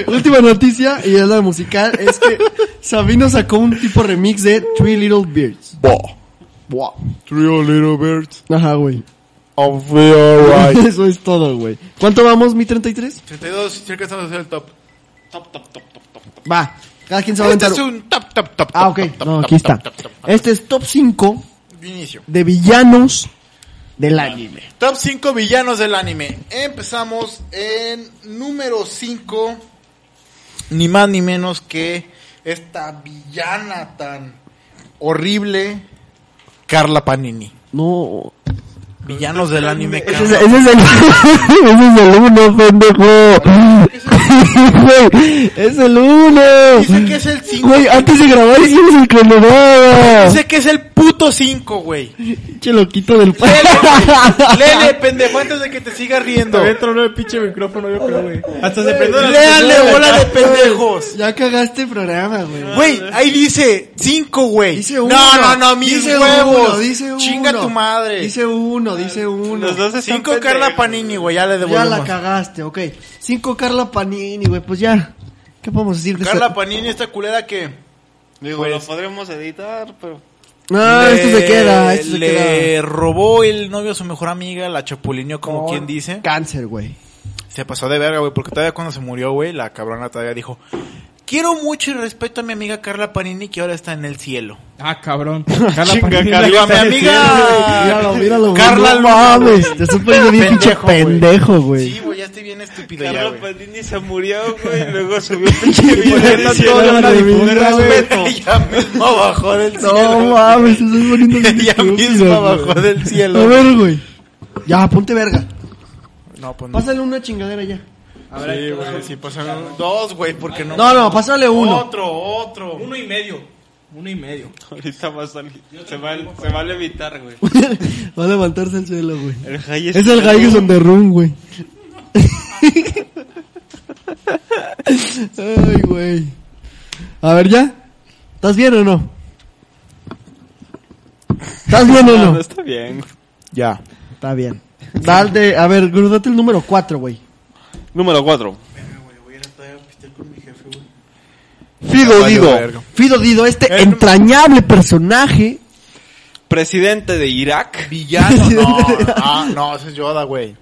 Última noticia, y es la musical, es que Sabino sacó un tipo remix de Three Little Birds.
Buah. Three little birds
Ajá, güey.
of the alright.
Eso es todo, güey. ¿Cuánto vamos, mi 33?
32, si alcanzamos a hacer el top.
Top, top, top, top, top, top.
Va, cada quien se va a
Este
aventar.
es un top, top, top.
Ah,
top,
ok,
top, top,
no,
top, top,
aquí está.
top, top, top.
Este es top 5
Inicio.
de villanos del anime.
Top 5 villanos del anime. Empezamos en número 5. Ni más ni menos que esta villana tan horrible, Carla Panini.
No.
Villanos del anime.
Ese es, ese es el. ese es el uno, pendejo. Güey, es el uno.
Dice que es el 5.
Güey, ah, antes de grabar hicimos el cronograma.
Dice que es el puto 5, güey.
Che loquito del pa-
Lele, lele, pendejo, antes de que te siga riendo.
tronó el pinche micrófono, yo creo, güey. Hasta se prendió la
Léale, bola de pendejos.
Ya cagaste el programa, güey.
Güey, ahí dice 5, güey.
Dice uno.
No, no, no, mis
Dice
huevos.
uno, dice uno.
Chinga tu madre.
Dice uno, dice uno.
Los dos están
Cinco
pendejos.
Carla Panini, güey, ya le
Ya
devolvemos.
la cagaste, ok. Cinco Carla Panini, güey, pues ya. ¿Qué podemos decir de
Carla
esta-
Panini, esta culera que...
Digo, lo "Pues, podremos editar, pero...
No,
le-
ah, esto este se queda, esto se
le
queda.
robó el novio a su mejor amiga, la chapulineó como
Por
quien dice.
Cáncer, güey.
Se pasó de verga, güey, porque todavía cuando se murió, güey, la cabrona todavía dijo... Quiero mucho y respeto a mi amiga Carla Panini que ahora está en el cielo.
Ah, cabrón. Carla
Chinga,
Panini,
Carla,
la que
Digo, a mi
está
amiga...
Míralo, míralo, güey.
Carla
no
Luna, güey.
mames, te estás poniendo bien pinche
Pendejo, güey.
pendejo, güey.
Sí, güey, ya estoy bien estúpido ya,
Carla
güey.
Pandini se murió, güey, y luego subió un pinche video
poniendo
diciendo,
todo en la
"Me
difunda, güey".
respeto.
Ella misma bajó del cielo.
No mames, te estás poniendo bien
Ella
estúpido,
misma
güey.
bajó del
A
cielo.
ver, güey. Ya, ponte verga.
No, pues no.
Pásale una chingadera ya.
Sí, güey, sí, pasaron dos, güey, porque no.
No, no, pásale uno.
Otro, otro.
Uno y medio. Uno y medio.
Ahorita va a salir. Se va, se va a levitar, güey.
Va a levantarse el cielo, güey.
El Jai
Es el Guy on the Room, güey. Ay, güey. A ver, ¿ya? ¿Estás bien o no? ¿Estás bien o
No, no
no?
Ah, está bien, güey.
Ya.
Está bien. Dale, a ver, grúdate el número 4, güey.
Número 4.
Fido
valió
Dido.
verga.
Fido Dido, este
El-
entrañable personaje.
Presidente de Irak.
Villano, no. Ah, no, ese es Yoda, güey.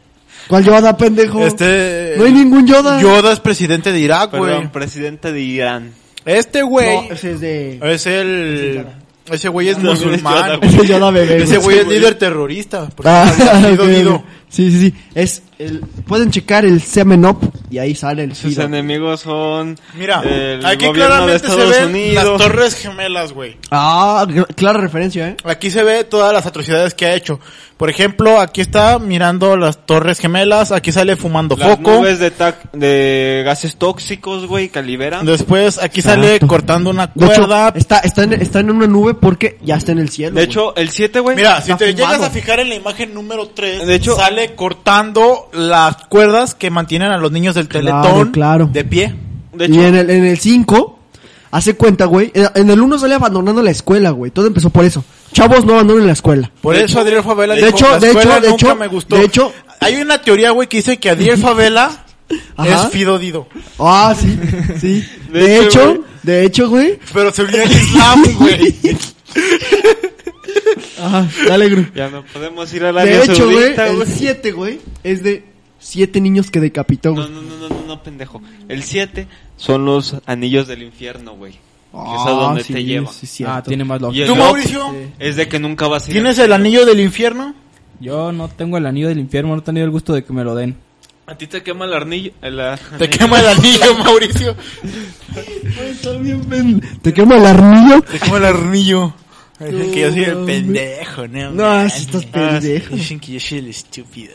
¿Cuál Yoda, pendejo?
Este.
No hay ningún Yoda.
Yoda es presidente de Irak,
Perdón,
güey.
presidente de Irán.
Este güey
No, ese es de...
es el. Ese güey es
No, no es Yoda,
musulmán.
güey.
Ese es Yoda bebé.
Ese güey es
güey.
líder terrorista. porque
Ah,
había sido
ok, ok.
Dido.
Sí, sí, sí. Es el, pueden checar el semen up y ahí sale el
Sus
Fido.
enemigos son.
Mira,
el
aquí
gobierno
claramente
de
se
Estados
ven las
Unidos.
torres gemelas, güey.
Ah, gr- clara referencia, ¿eh?
Aquí se ve todas las atrocidades que ha hecho. Por ejemplo, aquí está mirando las torres gemelas, aquí sale fumando
Las
foco.
nubes de, tac- de gases tóxicos, güey, que liberan.
Después aquí sale
Exacto.
cortando una
De hecho,
cuerda.
este
está, está, en, está en una nube porque ya está en el cielo.
De
güey.
hecho, el 7, güey.
Mira, si
está
te
fumado.
llegas a fijar en la imagen número 3,
De hecho-
sale cortando las cuerdas que mantienen a los niños del
Claro,
Teletón
claro.
de pie.
De
y
hecho-
en el, en el 5, hace cuenta, güey. en- En el 1 sale abandonando la escuela, güey. Todo empezó por eso. Chavos no abandonen la escuela.
Por
De
eso
hecho-
Adriel Favela
de
dijo,
hecho,
"La
de
escuela
hecho, de
nunca
hecho,
me gustó.
de hecho-
hay una teoría, güey, que dice que Adriel Favela es
Ajá.
Fido Dido.
Ah, sí, sí.
De
De,
hecho,
hecho,
güey.
de hecho, güey.
Pero se unió al Islam, güey.
Ajá, Ah, dale, Gru.
Ya no podemos ir al
De
área
hecho, güey,
saudita,
el 7, güey, es de 7 niños que decapitó,
No,
güey.
no, no, no, no, no, pendejo. El 7 son los anillos del infierno, güey. que es a donde te lleva.
Ah, sí, cierto.
Ah, tiene más
Y
lógica.
el
¿Tú,
otro
Mauricio?
Es de que nunca vas a ir.
¿Tienes el anillo del infierno?
Yo no tengo el anillo del infierno, no he tenido el gusto de que me lo den.
A ti te quema el arnillo. eh, el ar-
Te quema el anillo, Mauricio.
¿Te quema el arnillo?
Te quema el anillo. Dicen que yo soy el
No,
pendejo, ¿no?
No,
mames.
sí estás pendejo.
Dicen que yo soy el estúpido.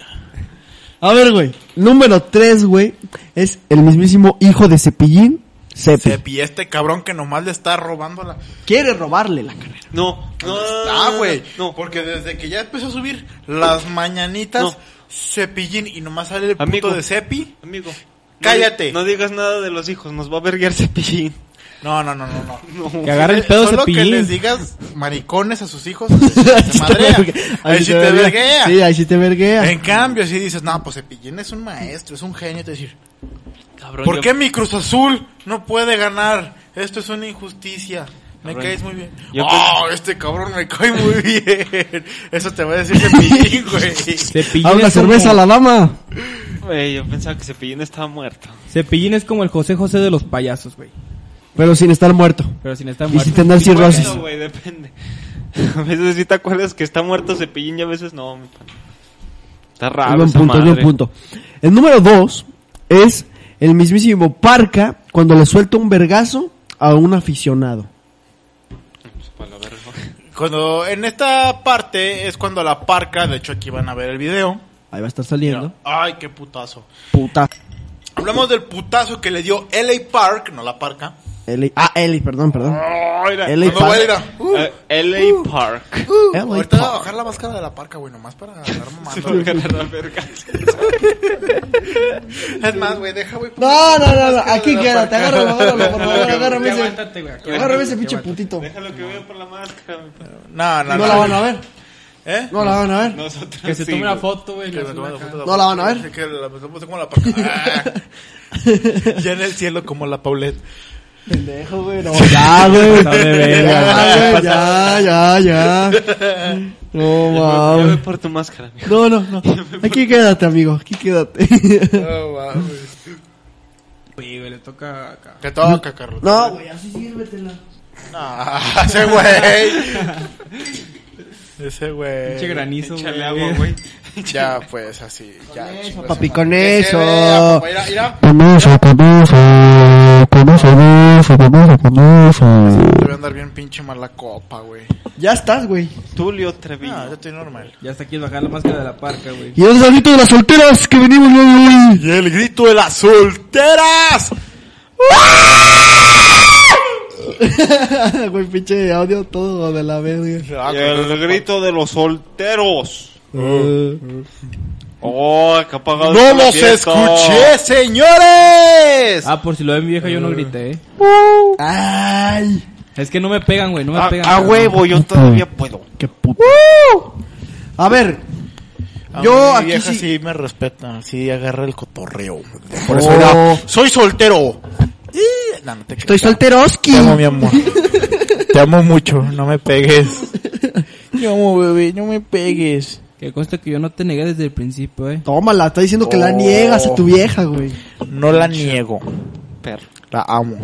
A ver, güey. Número 3, güey, es el mismísimo hijo de Cepillín, Cepi.
Se pilla este cabrón que nomás le está robando la...
Quiere robarle la carrera.
No, no,
Ah, güey.
No,
No, porque desde que ya empezó a subir las mañanitas,
No.
cepillín y nomás sale el puto
Amigo.
de cepi.
amigo. no
Cállate.
di- No, digas nada de los hijos, nos va a verguiar cepillín.
No, no, no, no, no.
Que agarre el pedo
Solo
cepillín.
que les digas maricones a sus hijos, se madrea. Ahí sí te verguea.
Sí, ahí sí te verguea.
En cambio, si dices, no, pues Cepillín es un maestro, es un genio, te decir,
Cabrón,
¿por
yo-
qué mi Cruz Azul no puede ganar? Esto es una injusticia. Me
Cabrón.
caes muy bien.
Yo
oh, este cabrón me cae muy bien. Eso te va a decir Cepillín, güey.
Cepillín,
Haz la
es como-
Ah, cerveza a la dama.
Güey, yo pensaba que cepillín estaba muerto.
Cepillín es como el José José de los payasos, güey.
Pero sin estar muerto.
Pero sin estar
Y
muerto.
sin tener cirrosis.
Bueno, güey, depende. A veces sí te acuerdas que está muerto cepillín y a veces no, mi pana. Está
Es
Ah,
raro.
buen
esa
punto, es
madre.
buen punto. El número dos es el mismísimo Parca cuando le suelta un vergazo a un aficionado.
Pa' la verga.
Cuando en esta parte es cuando la parca, de hecho aquí van a ver el video.
Ahí va a estar saliendo.
Ay, qué putazo.
Puta.
Hablamos del putazo que le dio LA Park, no la parca.
Eli. Ah, Eli, perdón, perdón.
Oh, mira.
LA
Cuando
Park.
vuelva. Uh,
Eh, LA Park.
LA
Ahorita voy a
Park.
bajar la máscara de la parca, güey, nomás para andar mamando.
Por ganar la verga.
Es más, güey, deja, güey.
No, no, no, no.
Máscara de
Aquí
la
quédate.
parca.
Agárralo, agárralo, por favor. Agárrame ese.
Aguántate, güey.
Agárrame ese pinche putito.
Déjalo que vea por la máscara. mi pana.
No, no,
No la van a ver.
¿Eh?
No la van a ver.
Nosotros
Que se
sí,
tome
güey.
una foto, güey. y
Que
la
me
suba
toman la
acá.
foto de
No la van a ver.
Dice que la- la puse como la parca. Ah. ya en el cielo como la Paulette.
Pendejo, güey. No, ya, güey.
Está de
Ya,
verga.
güey, ya, ya, ya. No,
Ya ve
mames.
por tu máscara, mijo.
No, no, no. Aquí quédate, amigo. Aquí quédate.
Sí, güey, le toca acá.
Te toca, Carlos.
No, güey, así sírvetela.
No, Ah, ese güey. Ese güey.
Pinche granizo,
Échale
güey.
agua, güey.
Ya, pues, así. Ya, chingas,
papi,
madre.
con
Que se
eso.
vea, papá, Mira, mira.
Con eso, con eso, con eso, con eso, con eso, con eso.
Te voy a andar bien pinche mala copa, güey.
Ya estás, güey.
Tulio
No, yo
Treviño.
estoy normal.
Ya está aquí bajar la máscara de la parca, güey.
Y es el grito de las solteras que venimos hoy.
Y el grito de las solteras.
Güey, pinche audio todo de la verga.
Y ah, el grito de los solteros.
Eh, Oh,
Oh, que apagado.
¡No
está la
los
fiesta.
escuché, señores!
Ah, por si lo ven vieja, yo no grité, eh.
Ay,
Es que no me pegan, güey, no me
Ah, A,
pegan.
a huevo, yo todavía puedo.
qué puto. A ver,
A
Yo
mí mi
aquí
vieja
sí-
sí me respeta, sí agarra el cotorreo. Oh. Por eso era, soy soltero. Y- No, no te
estoy
creas.
solteroski.
Te amo, mi amor. Te amo mucho, no me pegues. Yo amo, bebé, no me pegues.
Que conste que yo no te negué desde el principio, eh.
Tómala, está diciendo que la
Oh.
niegas a tu vieja, güey.
No la niego,
Perro.
la amo.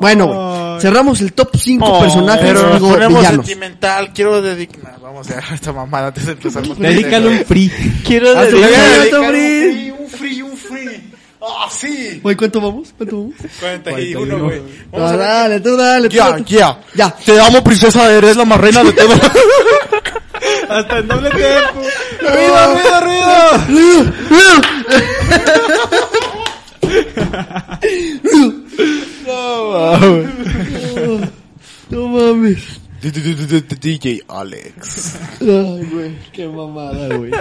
Bueno, güey, cerramos el top 5 personajes
Oh, Pero nos
digo,
ponemos
villanos.
sentimental, quiero dedicar... Vamos a dejar esta mamada antes de empezar. con-
Dedícale un free.
Quiero
Ah,
Voy a
dedicar-
dedicar un
un
free,
free.
un free, un free. Ah, sí.
Güey, ¿cuánto vamos? ¿Cuánto vamos?
41, güey. Vamos
Ah,
a ver
dale, tú dale, tú
Ya,
dale.
ya,
Ya.
Te amo, princesa, eres la más reina de todo.
Hasta el doble tiempo.
¡Ruido, ruido, ruido!
No mames.
DJ Alex.
Ay, güey, qué mamada, güey.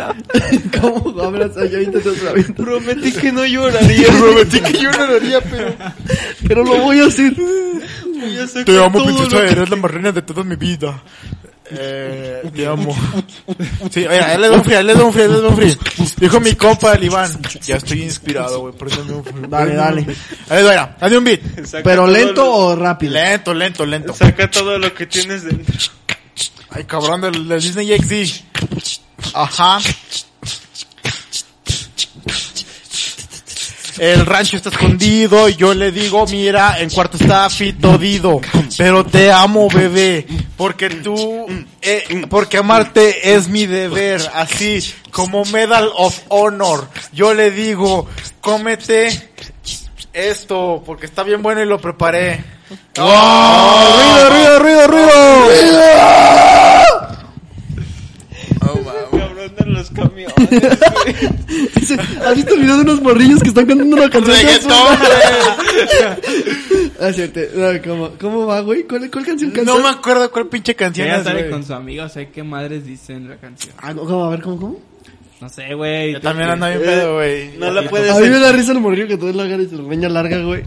¿Cómo hablas? Ay, ahorita te otra vez.
Prometí que no lloraría.
Prometí que yo no lo haría, pero
Pero lo voy a hacer.
Ya sé
te
con
amo,
todo
princesa,
lo que-
eres la marrina de toda mi vida. Eh, te amo. Sí, oye, ahí le doy un free, ahí le doy un free, ahí le doy un free. Dijo mi compa, el Iván. Ya estoy inspirado, güey, por eso me un free.
Dale, dale.
Ahí le doy, ya, hazme un beat.
Saca
Pero
todo
lento
lo-
o rápido.
Lento, lento, lento.
Saca todo lo que tienes dentro.
Ay, cabrón, del, del Disney XD. Ajá. El rancho está escondido y yo le digo, mira, en cuarto está Fito Dido. Pero te amo, bebé. Porque tú, eh, porque amarte es mi deber. Así como Medal of Honor. Yo le digo, cómete esto, porque está bien bueno y lo preparé. ¡Oh! ¡Ruido, ruido, ruido, ruido!
Cabrón de los camiones.
Sí, ¿Has visto el video de unos morrillos que están cantando una canción? de
Reggaetón,
Ozuna?
güey.
Ah, cierto. No, ¿cómo, ¿Cómo va, güey? ¿Cuál, cuál canción canta?
No me acuerdo cuál pinche
Que
canción
ella
es,
sale
güey.
con su amigo, o sea, qué madres dicen la canción.
Ah, ¿cómo? A ver, ¿cómo, cómo?
No sé, güey.
Yo también ando
Eh,
bien pedo, güey.
No la
A
puedes
mí me da risa el morrillo que todo es la cara y su remeña larga, güey.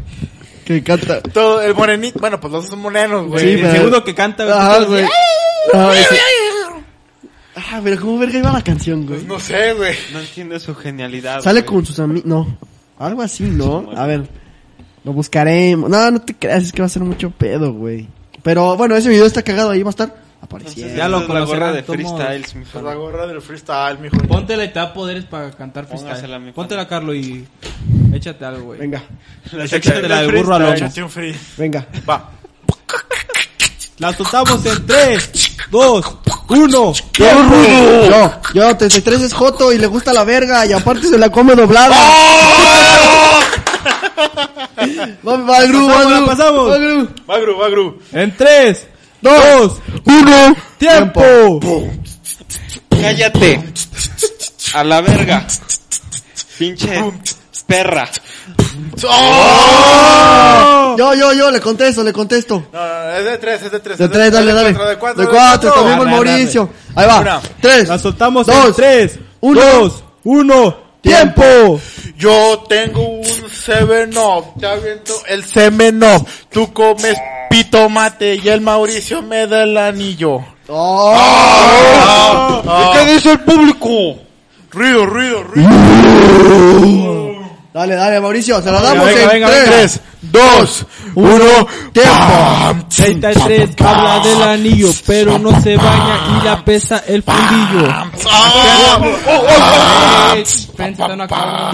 Que canta.
Todo, el morenito, bueno, pues los dos son morenos, güey.
Sí, pero-
Seguro que canta, güey.
Ajá, güey. Ah, ese- Ah, pero ¿cómo verga iba la canción, güey?
Pues No sé, güey.
Pues No entiende su genialidad.
Sale
güey.
con sus amigos. No. Algo así, ¿no? A ver. Lo buscaremos. No, no te creas, es que va a ser mucho pedo, güey. Pero bueno, ese video está cagado, ahí va a estar
Entonces,
apareciendo.
Ya lo
esa es la gorra
conocerán,
de
tomo-
freestyles, mi
Con Pues la
fan.
gorra del freestyle, mijo.
Ponte la etapa poderes para cantar
Póngasela, mi
freestyle.
pana.
Póntela, Carlo, y échate algo, güey.
Venga,
La
Échate la del burro al lomo.
Échate un free.
venga.
Va.
La soltamos en 3, 2, 1.
Yo, yo, 33 es Joto y le gusta la verga y aparte se la come doblada. Va, va, Gru, va,
Pasamos,
Gru.
pasamos.
Va, Gru.
Va, Gru, va, Gru.
En 3,
Dos,
2,
uno,
tiempo.
Cállate. A la verga. Pinche perra.
Yo, yo, yo, le contesto, le contesto.
No, no, no, es de tres, es de tres.
De
es
tres, dale, dale.
cuatro, De cuatro,
De cuatro, está bien
Arre,
buen
arre.
Mauricio. Ahí va.
Una.
Tres.
La soltamos en
Dos,
3,
uno.
2, 1. Tiempo.
Yo tengo un seven up, te aviento el semen up. Tú comes pito mate y el Mauricio me da el anillo.
Oh, Ah.
¿Qué dice el público? Ruido, ruido, ruido.
dale, dale, Mauricio, se la damos
venga,
en
venga,
tres.
venga.
3, 2, 1, tiempo.
33 habla del anillo, pero no se baña y la pesa el fundillo. Eh, pensando en acá,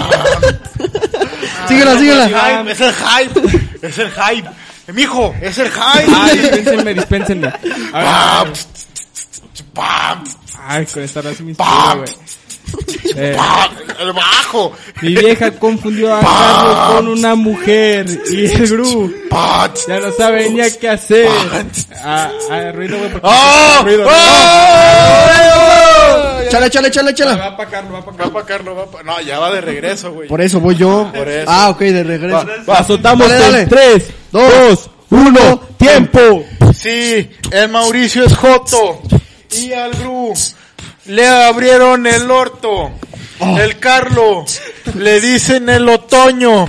Síguela, síguela.
Es el hype, es el hype. Mijo, es el
Ay,
hype.
dispénsenme, dispénsenme. A ver,
Pam, pam,
Ay, con esta raza me inspiré,
Pam.
güey. Eh,
pam, el bajo.
mi vieja confundió a Carlos con una mujer y el Gru
Pam.
ya no sabe ni a qué hacer. Ah, ah, ruido, güey, porque
Ah,
¡Oh!
ruido, ruido.
¡Oh!
Chale, chale, chale, chale.
Va para Carlos, va para
Va pa' Carlos, va pa'- No, ya va de regreso, güey.
Por eso voy yo.
Por eso.
Ah, ok, de regreso.
Carlos. Azotamos
Dale, dale.
en 3,
Dos,
2, 1, tiempo.
Sí, el Mauricio es Joto. Y al Gru le abrieron el orto.
Oh.
El Carlo le dicen el otoño.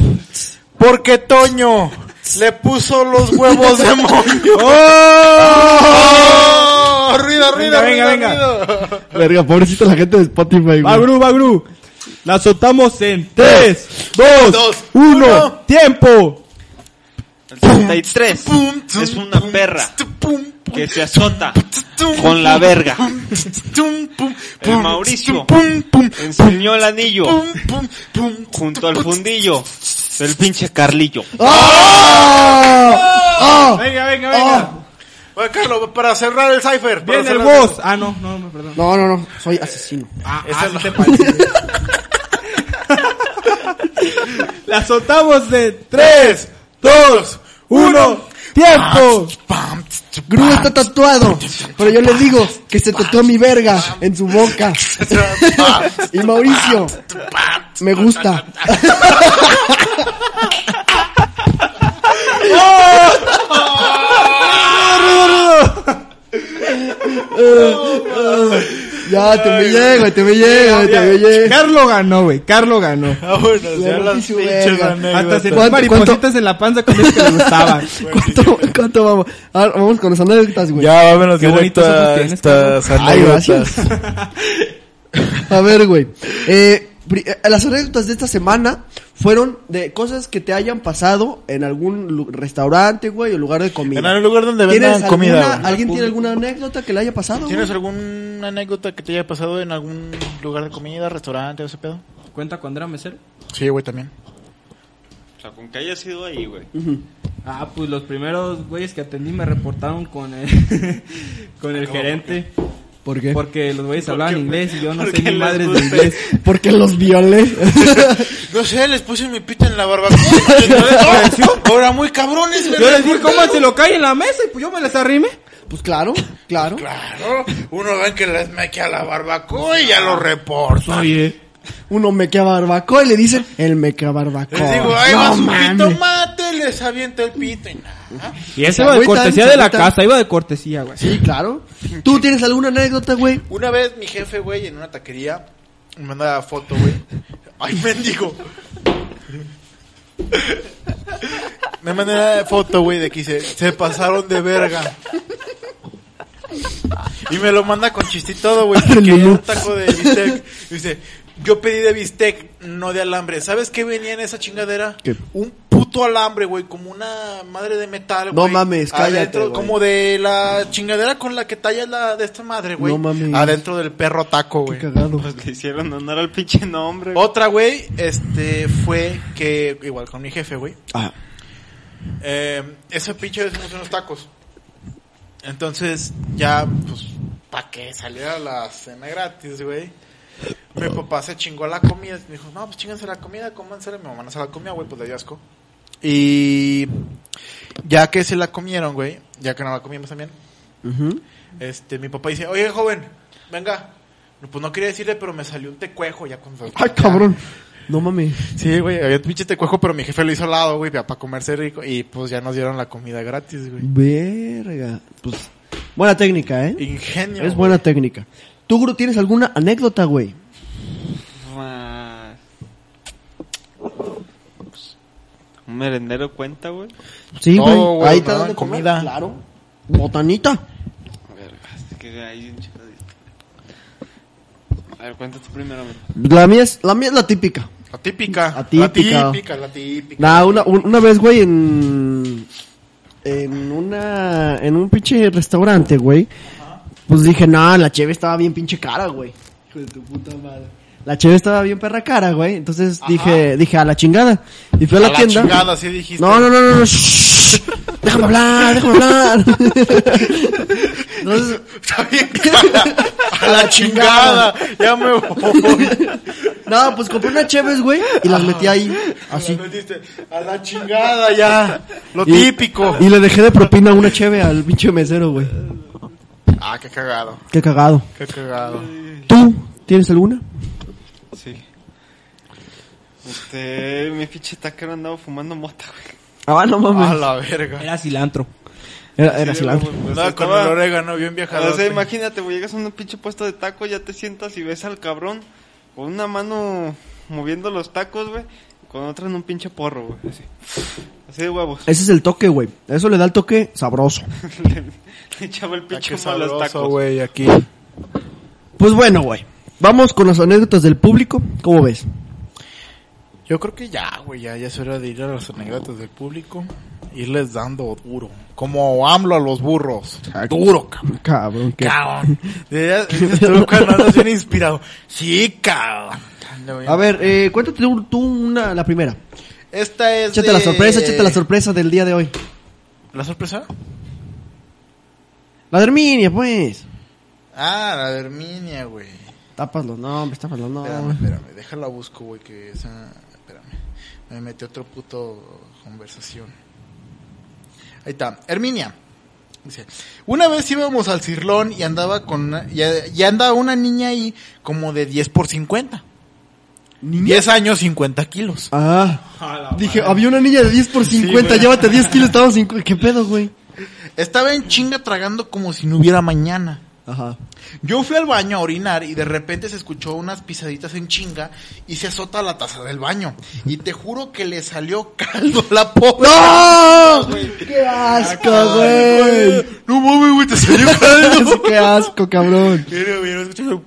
Porque Toño le puso los huevos de moño. ¡Oh! Ruido, ruido,
Venga,
ruido,
venga,
ruido.
Verga, pobrecito la gente de Spotify,
Va
güey.
Gru, va Gru. La azotamos en 3, 2,
Dos,
1,
uno.
tiempo.
El 33
Pum, tum,
es una perra
tum, pum, pum,
que se azota
tum,
con la verga.
tum, pum,
El
pum,
Mauricio.
pum, pum,
Enseñó el anillo
pum, pum, pum.
junto al fundillo del pinche Carlillo.
¡Ah! ¡Ah!
Venga, venga, venga.
Oye, Carlos, para cerrar el cipher. para
Viene el
cerrar-
boss. Ah, no, no, no, perdón.
No, no, no, soy asesino.
Ah, ah, sí te parece. La soltamos de 3, 2, 1, tiempo.
Pam, tum,
Gru está tatuado, pero yo le digo que se tatuó mi verga en su boca. Y Mauricio, me gusta. Ya, te me llego, te me llego, te me llego.
Carlo ganó, güey. Carlo ganó.
Ah, bueno, ya
Ya,
las
pinche
pinches
verga.
Hasta se
anécdotas.
¿Cuánto-
maripositas
cuánto?
en la panza con eso que le gustaba.
¿Cuánto, cuánto vamos? Ahora vamos con las anécdotas, güey.
Ya, vámonos
Qué
directo
bonitos ojos
a
tienes,
estas
Ay,
anécdotas.
gracias. A ver, güey. Eh, pri- eh, las anécdotas de esta semana fueron de cosas que te hayan pasado en algún lu- restaurante, güey, o lugar de comida.
En algún lugar donde
¿Tienes
vendan comida.
alguna-
güey.
¿Alguien tiene alguna anécdota que le haya pasado?
¿Tienes
güey?
alguna anécdota que te haya pasado en algún lugar de comida, restaurante o ese pedo?
¿Cuenta cuando era mesero?
Sí, güey, también.
O sea, con que haya sido ahí, güey.
Ah, pues los primeros güeyes que atendí me reportaron con el, con el gerente.
¿Por qué?
Porque los güeyes hablaban inglés y yo no sé
porque
ni
les
madres de
gusta.
inglés.
Porque los violé.
No sé, les puse mi pita en la barbacoa. entonces, ¡oh! Ahora muy cabrones, güey.
Yo les dije, ¿cómo se lo cae en la mesa? Y pues yo me les arrimé.
pues claro, claro.
Claro, uno ve que les meque a la barbacoa y ya lo reporta.
Oye,
Uno mequea barbacoa y le dicen el mequea barbacoa.
Les digo, ahí va
no
su
mames.
pitomate, les avienta el pito y nada.
Y ese
Se
iba de
agüitan,
cortesía
se
de la
agüitan.
casa, iba de cortesía, güey.
Sí, claro. ¿Tú tienes alguna anécdota, güey?
Una vez mi jefe, güey, en una taquería, me manda foto, güey. Ay, mendigo. Me manda una foto, güey, de que dice, se pasaron de verga. Y me lo manda con chiste y todo, güey. Que quería un taco de bistec. Dice, yo pedí de bistec, no de alambre. ¿Sabes qué venía en esa chingadera?
¿Qué?
Un puto alambre, güey, como una madre de metal,
No
güey.
mames, cállate,
Adentro,
güey.
como de la chingadera con la que tallas la de esta madre, güey.
No mames.
Adentro del perro taco, güey.
Cagado.
Pues le hicieron honor al pinche nombre. güey.
Otra, güey, este, fue que, igual con mi jefe, güey.
Ah.
Eh, ese pinche hicimos unos tacos. Entonces, ya, pues, para que saliera la cena gratis, güey. Mi papá se chingó la comida. Me dijo, no, pues chinganse la comida, cómansela. Mi mamá no se la comía, güey, pues le dio asco. Y ya que se la comieron, güey, ya que no la comimos también, este, mi papá dice, oye, joven, venga. No, Pues no quería decirle, pero me salió un tecuejo ya cuando...
Ay, cabrón. No mames.
Sí, güey, había un pinche tecuejo, pero mi jefe lo hizo al lado, güey, para comerse rico. Y pues ya nos dieron la comida gratis, güey.
Verga. Pues, buena técnica, ¿eh?
Ingenio.
Es buena técnica. ¿Tú, Guru, tienes alguna anécdota, güey?
Ah. Pues, Un merendero cuenta, güey.
Sí,
No,
güey.
güey,
Ahí
no,
te dan de comer,
comida.
Claro. Botanita.
Vergas, es que hay un este. chingo de- A ver, cuéntate primero, güey.
La mía es la, mía es la típica.
La típica.
Atípica.
La típica, la típica.
Nah, una, un- una vez, güey, en. En una. En un pinche restaurante, güey. Pues dije, nah, la cheve estaba bien pinche cara, güey. Hijo de tu puta madre. La cheve estaba bien perra cara, güey. Entonces dije, dije, a la chingada. Y fui a la
A la
tienda.
chingada, así dijiste.
No, no, no, no, no. shh. Déjame hablar, déjame hablar. Entonces,
Está bien, cara. A la chingada. Ya me voy.
no, pues compré unas cheves, güey, y las metí ahí, así.
Nos diste, A la chingada, ya. Lo
Ah, Y-
típico.
Y le dejé de propina una cheve al pinche mesero, güey.
Ah, qué cagado.
Qué cagado.
Qué cagado.
¿Tú tienes alguna?
Sí. Este, mi pinche taquero andaba fumando mota, güey.
Ah, no
A
mames.
la verga.
Era cilantro.
Era, era
Sí,
cilantro.
güey, pues,
No, con
estaba-
el orégano, bien
Ah,
viajado.
O sea, imagínate, güey, llegas a un pinche puesto de tacos, ya te sientas y ves al cabrón con una mano moviendo los tacos, güey, con otra en un pinche porro, güey, así. Así de huevos.
Ese es el toque, güey. Eso le da el toque sabroso.
le, le echaba el
Ah, Qué
pinche humo a los
sabroso,
tacos.
güey, aquí.
Pues bueno, güey. Vamos con las anécdotas del público. ¿Cómo ves?
Yo creo que ya, güey, ya, ya es hora de ir a los anécdotas del público. Irles dando duro. Como AMLO a los burros. Duro, cabrón.
Cabrón, qué.
Cabrón. Dirías- dices tú cuando andas bien inspirado. Sí, cabrón.
A ver, eh, cuéntate tú tú una, la primera.
Esta es.
Échate
de-
la sorpresa, échate la sorpresa del día de hoy.
¿La sorpresa?
La de Herminia, pues.
Ah, la de Herminia, güey.
Tapas los nombres, tapas los
Espérame,
nombres.
espérame. Déjala busco, güey, que esa. Espérame. Me metió otro puto conversación. Ahí está. Herminia. Dice, una vez íbamos al Cirlón y andaba con una- y, y andaba una niña ahí como de 10 por 50. 10 años, 50 kilos.
Ah, dije, había una niña de 10 por 50, llévate 10 kilos, estamos 50. ¿Qué pedo, güey?
Estaba en chinga tragando como si no hubiera mañana.
Ajá.
Yo fui al baño a orinar y de repente se escuchó unas pisaditas en chinga y se azota la taza del baño. Y te juro que le salió caldo a la pobre.
¡No! ¡Qué asco, güey!
No mames, güey, te salió caldo.
¡Qué asco, cabrón!
Mira, mira, escuchando.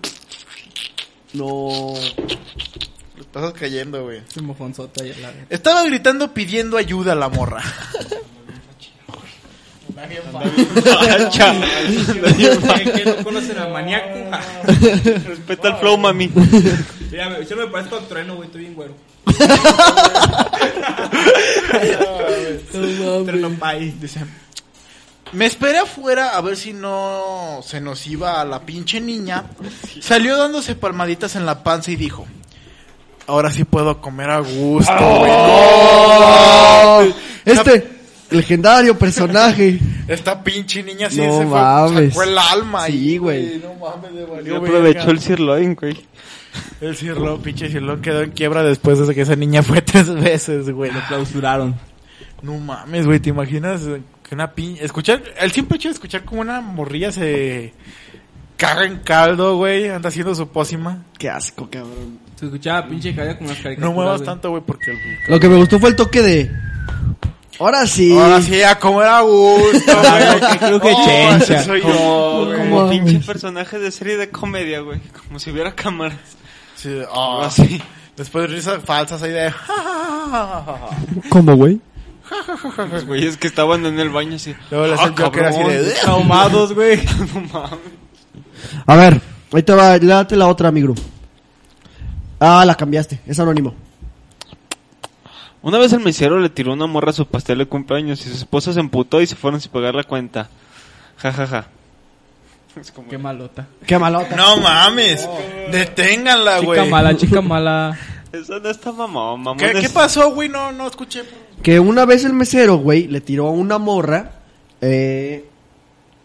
No.
Lo estás cayendo, güey.
Ese mojonzote ahí al lado.
Estaba gritando pidiendo ayuda a la morra.
¿Qué no conocen al maníaco? Ja.
Respeta el flow, mami.
Mira, me- yo me parezco al trueno, güey, estoy bien güero. Trueno pay.
Dice, me esperé afuera a ver si no se nos iba a la pinche niña. Salió dándose palmaditas en la panza y dijo, ahora sí puedo comer a gusto. güey".
Este legendario personaje.
Esta pinche niña sí
No
se fue,
mames.
sacó el alma.
Sí,
y,
güey.
No mames, le valió
Yo
verga.
aprovechó el sirloin, güey.
El Cirlo, pinche Cirlo quedó en quiebra después de que esa niña fue tres veces, güey.
Lo clausuraron.
No mames, güey, ¿te imaginas que una pinche... Escuchar, el simple hecho de escuchar como una morrilla se caga en caldo, güey, anda haciendo su pócima.
¡Qué asco, cabrón!
Se escuchaba pinche caída con las caricaturas.
No muevas
güey.
tanto, güey, porque... el-
Lo que me gustó fue el toque de. Ahora sí.
Ahora sí, a comer a gusto, güey. Oh,
Creo que
No,
chencha.
ese soy yo,
Como,
güey.
como
mames.
pinche personaje de serie de comedia, güey. Como si hubiera cámaras.
Sí, ah,
Algo así.
Después risas falsas ahí de... ja, ja, ja, ja.
¿Cómo, güey?
Los güeyes que estaban en el baño así.
Luego le
"Ah,
hacen Joker así
cabrón".
de...
Traumados, güey.
No mames.
A ver, ahí te va, date la otra, mi grupo. Ah, la cambiaste, es anónimo.
Una vez el mesero le tiró una morra a su pastel de cumpleaños y su esposa se emputó y se fueron sin pagar la cuenta. Ja, ja, ja. Es como...
Qué malota.
Qué malota.
No mames, deténganla, güey.
Chica mala, chica mala.
Eso no está mamón, mamón.
¿Qué, qué
es-
pasó, güey? No, no escuché.
Que una vez el mesero, güey, le tiró a una morra eh,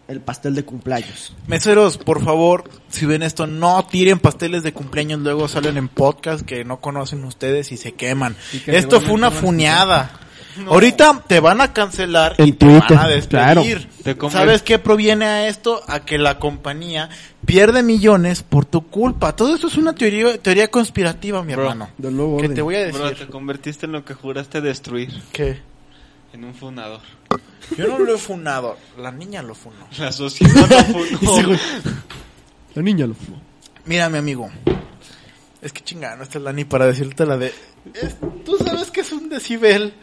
el pastel de cumpleaños.
Meseros, por favor, si ven esto, no tiren pasteles de cumpleaños, luego salen en podcast que no conocen ustedes y se queman.
Y que
Esto fue una
seguramente van a
funeada. Ahorita te van a cancelar
En
y te
Twitter,
van a despedir.
claro.
Te comes.
¿Sabes qué proviene a esto? A que la compañía pierde millones por tu culpa. Todo esto es una teoría, teoría conspirativa, mi
Bro.
hermano.
Del nuevo
Que
orden.
te voy a
Bro, te
decir.
convertiste en lo que juraste destruir.
que
En un funador.
Yo no lo he funado, la niña lo funó.
La sociedad lo funó.
La niña lo fumó.
Mira, mi amigo. Es que chingada, no está la ni para decirte la de. Es- Tú sabes que es un decibel.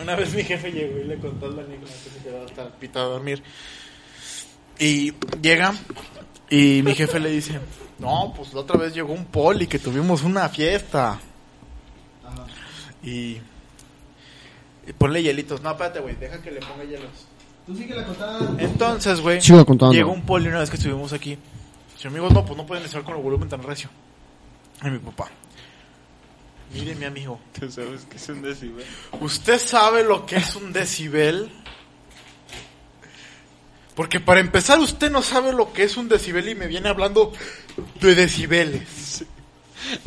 Una vez mi jefe llegó y le contó al Dani como que se quedaba hasta el pito a dormir. Y llega y mi jefe le dice: No, pues la otra vez llegó un poli que tuvimos una fiesta. Y. y ponle hielitos. No, espérate, güey, deja que le ponga hielos. Tú sí que la contaba. Entonces, güey.
Sigo contando.
Llegó un poli una vez que estuvimos aquí. Mis amigos, no, pues no pueden estar con el volumen tan recio. Y mi papá. Mire, mi amigo.
Tú sabes que es un decibel.
¿Usted sabe lo que es un decibel? Porque para empezar, usted no sabe lo que es un decibel y me viene hablando de decibeles.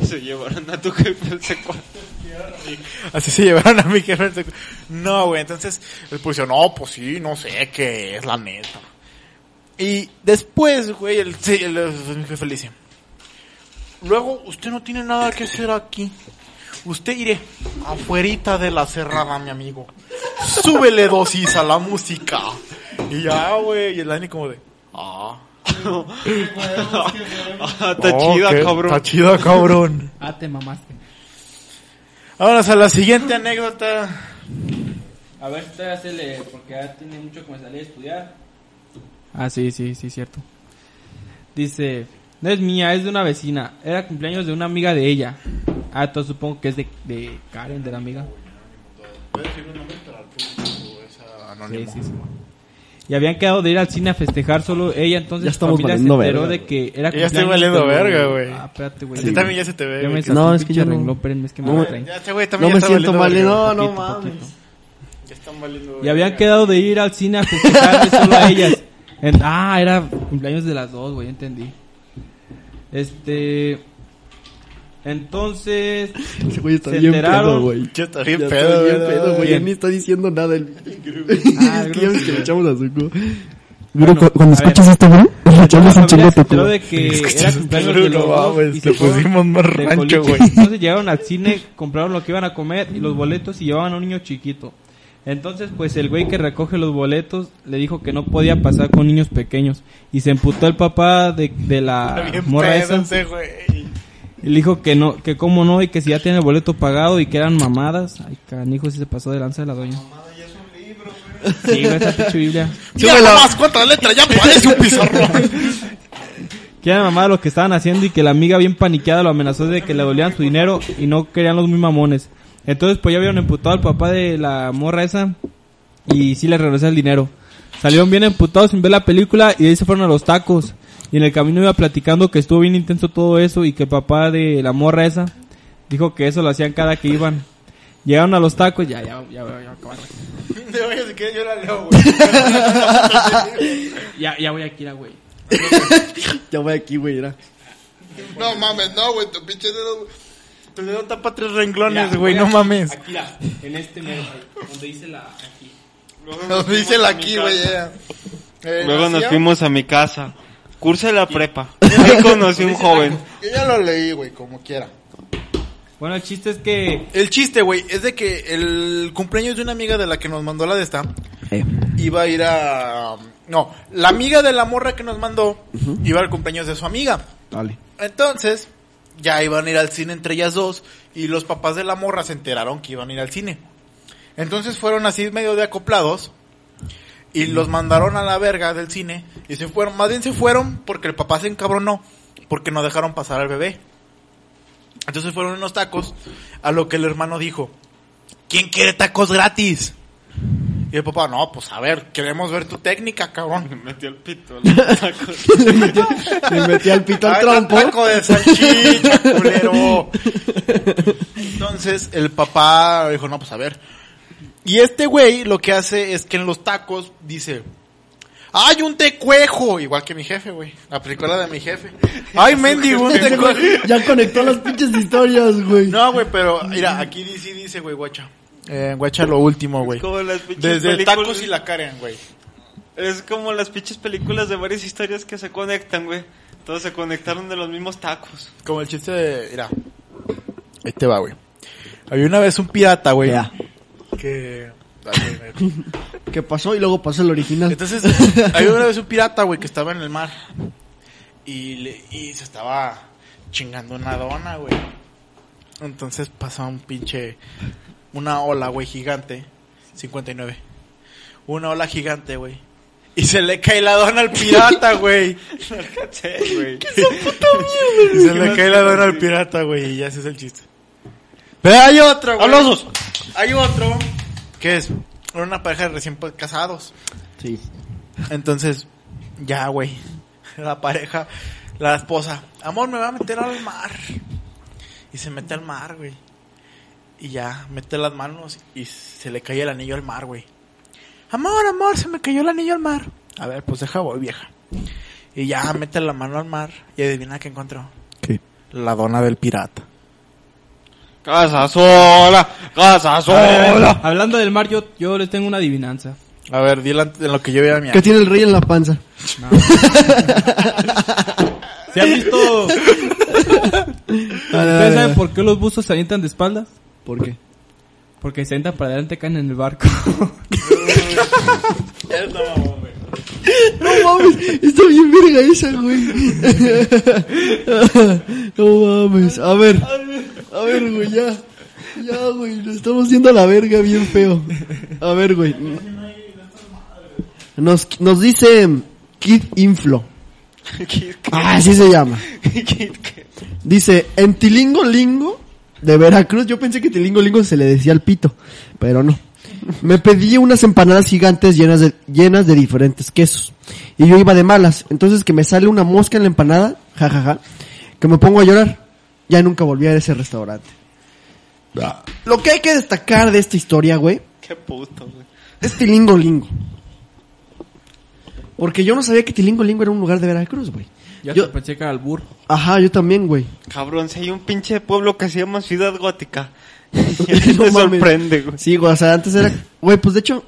Se llevaron a tu jefe al secuestro.
Así se llevaron a mi jefe. No, güey. Entonces, el policía, no, pues sí, no sé qué es la neta. Y después, güey, el, sí, el- el- mi jefe le dice, luego usted no tiene nada que hacer aquí. Usted iré afuerita de la cerrada, mi amigo. Súbele dosis a la música. Y ya, güey, y el Dani como de, ah.
Ah, está
Oh,
chida,
qué-
cabrón.
Está chida, cabrón.
Ah, te mamaste.
Vámonos a la siguiente anécdota.
A ver si todavía se le. Porque ya tiene mucho que me salí a estudiar. Ah, sí, sí, sí, cierto. Dice: No es mía, es de una vecina. Era cumpleaños de una amiga de ella. Ah, entonces supongo que es de, de Karen, de la amiga. Sí, sí, sí. Y habían quedado de ir al cine a festejar solo ella, entonces
Ya
su
estamos
familia se
valiendo
enteró
verga,
de que era
Ya estoy
cumpleaños
valiendo
cuando-
verga, güey.
Ah, espérate, güey.
A ti también ya se te ve.
Ya
güey,
me
que-
no,
No,
es
es que yo no-
es que me
no me-
traen.
Ya, este güey
No
también
me
ya está
siento
valiendo verga.
mal, no, no
Poquito,
mames.
poquito.
Ya están valiendo
Y
verga.
habían quedado de ir al cine a festejar de solo a ellas. En- ah, era cumpleaños de las dos, güey, entendí. Este. Entonces.
Ese güey está
Se
bien
enteraron.
pedo, güey.
Yo está bien
Ya está
pedo,
bien
¿verdad?
pedo, güey. Ya
Bien.
ni está diciendo nada el.
Ah,
es que ya ves que le echamos a su cu-
Gru,
Bueno,
cu- cuando
a ver.
este
escuchas esto, Gru, es la
escuchado
Yo les
había
enseñé a
escuchado
Totoro.
de que
Es que
era
estás
cumpleaños
duro,
de los
no
dos
mames,
y
te
se fueron
pusimos más
de
rancho,
colitas.
güey.
Entonces llegaron al cine, compraron lo que iban a comer y los boletos y llevaban a un niño chiquito. Entonces, pues el güey que recoge los boletos le dijo que no podía pasar con niños pequeños. Y se emputó el papá de, de la
Bien
morra
pedo
esa.
ese güey.
Y le dijo que no, que cómo no, y que si ya tiene el boleto pagado y que eran mamadas. Ay, canijo, si se pasó de lanza de la doña. Sí, güey, esa pinche Biblia.
Mira nomás cuántas letras, ya parece un pizarrón.
Que eran mamadas lo que estaban haciendo y que la amiga bien paniqueada lo amenazó de que le dolían su dinero y no querían los muy mamones. Entonces pues ya vieron emputado al papá de la morra esa y sí le regresó el dinero. Salieron bien emputados sin ver la película y de ahí se fueron a los tacos. Y en el camino iba platicando que estuvo bien intenso todo eso y que el papá de la morra esa dijo que eso lo hacían cada que iban. Llegaron a los tacos, ya, ya, ya, ya, ya, acabar.
De oye, si quieres yo la leo, güey.
ya, ya voy a Kira, güey.
Ya voy aquí, güey, era.
No mames, no, güey, tu pinche dedo. Tu dedo tapa tres
Mira,
renglones, güey,
voy
no
aquí,
mames.
Akira, en este mero, ahí, donde dice la aquí.
Nos dice la aquí, güey. ya. Eh,
Luego nos
¿nacía?
fuimos a mi casa. Cursa de la prepa. Ahí conocí un joven.
Yo ya lo leí, güey, como quiera.
Bueno, el chiste es que
El chiste, güey, es de que el cumpleaños de una amiga de la que nos mandó la de esta iba a ir a. No, la amiga de la morra que nos mandó iba al cumpleaños de su amiga.
Dale.
Entonces, ya iban a ir al cine entre ellas dos y los papás de la morra se enteraron que iban a ir al cine. Entonces fueron así medio de acoplados y los mandaron a la verga del cine y se fueron, más bien se fueron porque el papá se encabronó porque no dejaron pasar al bebé. Entonces fueron unos tacos a lo que el hermano dijo, ¿quién quiere tacos gratis? Y el papá, no, pues a ver, queremos ver tu técnica, cabrón.
Metió el pito. los tacos.
Le metí al pito al
Ay, un
trompo.
taco de salchicha, culero. Entonces el papá dijo, no, pues a ver. Y este güey lo que hace es que en los tacos dice, ¡Ay, un tecuejo! Igual que mi jefe, güey. Aplicó la de mi jefe. ¡Ay, mendigo, un tecuejo!
Ya conectó las pinches historias, güey.
No, güey, pero mira, aquí sí dice, güey, guacha. Eh, guacha lo último, güey.
Como las pinches
Desde
películas-
tacos y la Karen, güey.
Es como las pinches películas de varias historias que se conectan, güey. Todos se conectaron de los mismos tacos.
Como el chiste de, mira. Este va, güey. Había una vez un pirata, güey.
Ya.
Que... Ay, güey,
¿Qué pasó? Y luego pasó el original.
Entonces, había una vez un pirata, güey, que estaba en el mar. Y, le- y se estaba chingando una dona, güey. Entonces pasa un pinche. Una ola, güey, gigante. 59. Una ola gigante, güey. Y se le cae la dona al pirata, güey.
Sí, güey.
Y se le cae la dona al pirata, güey. Y ya ese es el chiste. Pero hay otro, güey.
Hablosos.
Hay otro. Que es. Era una pareja de recién pues, casados.
Sí.
Entonces, ya, güey. La pareja, la esposa. Amor, me va a meter al mar. Y se mete al mar, güey. Y ya, mete las manos y se le cae el anillo al mar, güey. Amor, amor, se me cayó el anillo al mar. A ver, pues deja, voy, vieja. Y ya, mete la mano al mar y adivina qué encontró.
¿Qué?
La dona del pirata.
Casa sola, casa sola.
Hablando del mar, yo, yo les tengo una adivinanza.
A ver, dile ante- en lo que yo vea mi
¿Qué tiene el rey en la panza?
¿Se han visto?
Dale, dale,
¿Ustedes
dale.
saben por qué los buzos se avientan de espaldas?
¿Por qué?
Porque se avientan para adelante, caen en el barco.
No mames, está bien verga esa, güey. No mames, a ver. A ver, güey, ya. Ya, güey, nos estamos yendo a la verga bien feo. A ver, güey. Nos, nos dice Kid Inflo. Ah, así se llama. Dice, en Tilingo Lingo de Veracruz, yo pensé que Tilingo Lingo se le decía al pito, pero no. Me pedí unas empanadas gigantes llenas de, llenas de diferentes quesos. Y yo iba de malas, entonces que me sale una mosca en la empanada, jajaja, que me pongo a llorar. Ya nunca volví a ese restaurante. Lo que hay que destacar de esta historia, güey,
Qué puto, güey.
es Tilingo Lingo. Porque yo no sabía que Tilingo Lingo era un lugar de Veracruz, güey.
Yo,
Yo-
yo pensé que era el burro.
Ajá, yo también, güey.
Cabrón, si hay un pinche pueblo que se llama Ciudad Gótica.
No
Te
mames.
sorprende, güey.
Sí, güey, o sea, antes era... Güey, pues de hecho,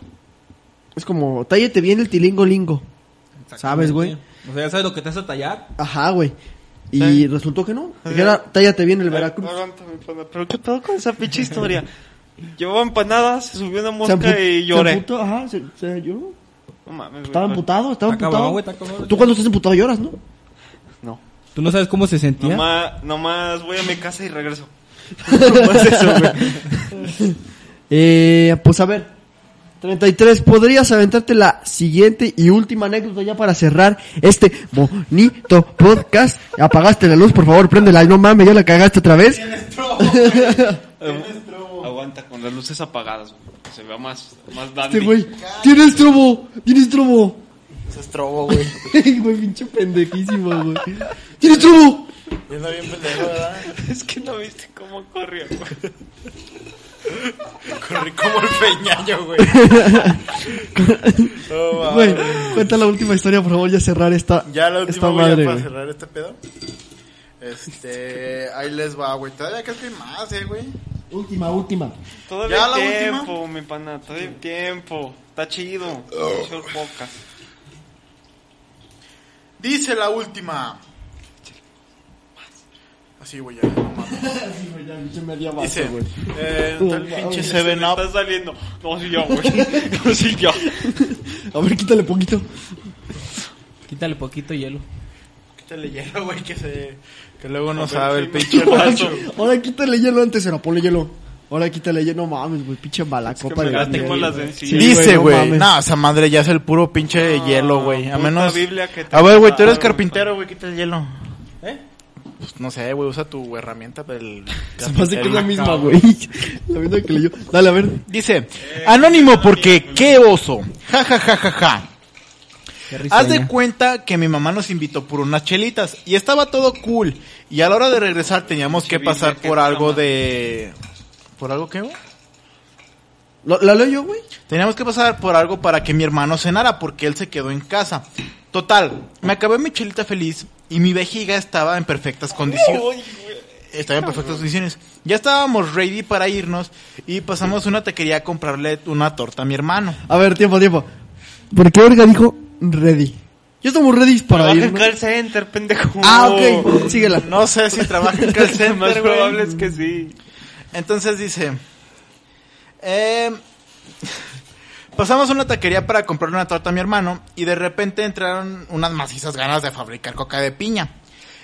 es como, tállate bien el tilingo lingo. ¿Sabes, güey?
O sea, ya sabes lo que te hace tallar.
Ajá, güey. Y
Sí.
resultó que no. Que era, tállate bien el Veracruz.
Aguántame, pana, Pero qué pedo con esa pinche historia. Llevaba empanadas, se subió una mosca
ampu-
y
se
lloré.
amputó, ajá, se, se lloró.
No mames, güey,
Estaba
pana.
amputado, estaba
Está cabrón, güey,
amputado.
está cabrón.
Tú cuando estás amputado lloras, ¿no?
No.
Tú no sabes cómo se sentía.
Nomás, nomás voy a mi casa y regreso. Nomás eso, güey.
Pues Eh, pues a ver. 33. ¿Podrías aventarte la siguiente y última anécdota ya para cerrar este bonito podcast? Apagaste la luz, por favor, préndela. Ay, No mames, ya la cagaste otra vez.
Aguanta con las luces apagadas, güey. Se vea más, más dandy.
Oh. Este güey. Tienes trobo, tienes trobo.
Se estrobo, güey.
Ey, güey, pinche pendejísimo, güey. Tienes trobo.
Yo no bien pendejo, ¿verdad?
Es que no viste cómo corrió, güey.
Corrí como el peñaño, güey. No, va,
Güey, cuenta la última historia, por favor, ya cerrar esta.
Ya la
esta
última, güey,
madre,
ya para
güey.
cerrar este pedo. Este, ahí les va, güey. Todavía creo que hay más, eh, güey.
Última, última.
Todavía
¿Ya
hay
la última?
tiempo, mi pana. Todavía hay tiempo. Está chido.
Oh.
Short podcast.
Dice la última. Así, güey, ya. No mames. Dice, eh, tal pinche Seven
Me
Up.
Está saliendo. No, sí, ya, güey. No, sí, ya.
A ver, quítale poquito.
Quítale poquito hielo.
Quítale hielo, güey, que se... Que luego no
A ver,
sabe
sí,
el pinche
me-
vaso.
Ahora quítale hielo antes, era ponle hielo. Ahora quítale hielo, no mames, güey, pinche mala copa
me
de
gasté
mierda,
con las
güey.
encías.
Sí,
Dice,
no
güey.
mames.
No, esa madre ya es el puro pinche hielo, güey. A
puta
menos...
Biblia que te
A ver, güey, tú eres
mataron,
carpintero, güey, quita el hielo.
¿Eh?
Pues no sé, güey, usa tu herramienta del...
Se me hace que es la
carpintero.
misma, güey. La misma que leyó. Dale, a ver.
Dice, anónimo porque qué oso. Ja, ja, ja, ja, ja.
Qué risa.
Haz de cuenta que mi mamá nos invitó por unas chelitas y estaba todo cool. Y a la hora de regresar teníamos que pasar por algo de... ¿Por algo qué, güey?
¿Lo- ¿La leo yo, güey?
Teníamos que pasar por algo para que mi hermano cenara porque él se quedó en casa. Total, me acabé mi chelita feliz y mi vejiga estaba en perfectas condiciones. Estaba en perfectas condiciones. Ya estábamos ready para irnos y pasamos a una taquería a comprarle una torta a mi hermano.
A ver, tiempo, tiempo. ¿Por qué Olga dijo ready? Ya estamos ready para
Trabaja
ir.
en
¿no?
call center, pendejo.
Ah, ok, síguela.
No sé si trabaja en call
Lo más
center, güey.
probable es que sí.
Entonces dice, eh, pasamos a una taquería para comprar una torta a mi hermano y de repente entraron unas macizas ganas de fabricar coca de piña.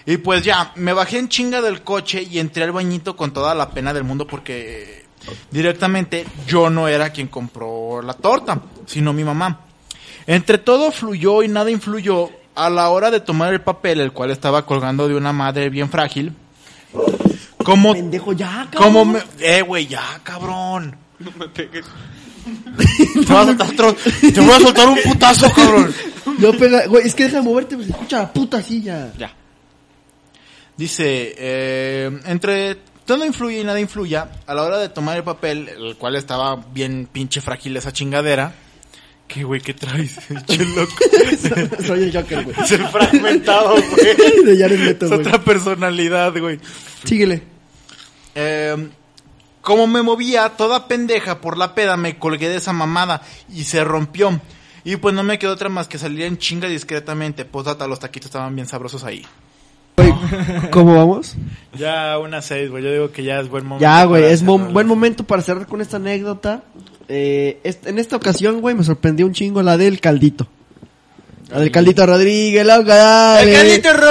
Y pues ya, me bajé en chinga del coche y entré al bañito con toda la pena del mundo porque directamente yo no era quien compró la torta, sino mi mamá. Entre todo fluyó y nada influyó a la hora de tomar el papel, el cual estaba colgando de una madre bien frágil. Como
Pendejo, ya, cabrón.
como me... Eh, güey, ya, cabrón.
No me pegues.
Te voy a soltar, otro- te voy a soltar un putazo, cabrón.
No pega, güey, es que deja de moverte, pues escucha la puta silla.
Ya.
Dice, eh, entre todo influye y nada influya, a la hora de tomar el papel, el cual estaba bien pinche frágil esa chingadera. ¿Qué, güey, qué traes? Pinche loco.
Soy el Joker, güey.
Se fragmentado, güey.
De Jared Leto,
Es
güey.
otra personalidad, güey.
Síguele.
Eh, como me movía toda pendeja por la peda, me colgué de esa mamada y se rompió. Y pues no me quedó otra más que salir en chinga discretamente. Postdata, los taquitos estaban bien sabrosos ahí.
¿Cómo vamos?
Ya una seis, güey. Yo digo que ya es buen momento.
Ya, güey, es mo- buen momento para cerrar con esta anécdota. Eh, est- en esta ocasión, güey, me sorprendió un chingo la del caldito. La del caldito Rodríguez, loca, dale.
Rodríguez
¡El Caldito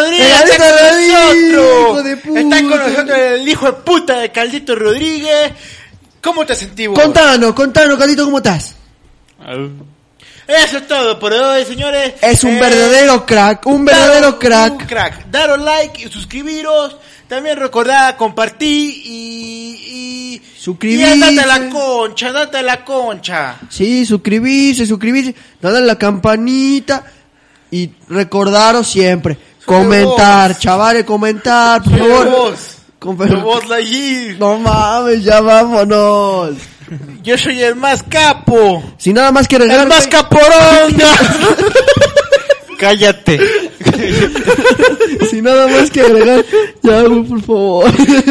Rodríguez, hijo de puta!
el hijo de puta de Caldito Rodríguez. ¿Cómo te sentís, güey?
Contanos, contanos, caldito, ¿cómo estás?
Eso es todo por hoy, señores.
Es un
Eh,
verdadero crack, un
Daros
verdadero
Un
crack.
crack. Daros like y suscribiros. También recordad compartir y. y
Suscribirse.
Y andate a la concha, date a la concha.
Sí, suscribirse, suscribirse, darle a la campanita y recordaros siempre. Comentar, chavales, comentar, por favor. Con-
Lightyear.
No mames, ya vámonos.
Yo soy el más capo.
Sin nada más que agregar. güey.
caporonga. Cállate.
Sin nada más que agregar. Ya, güey, por favor. Sin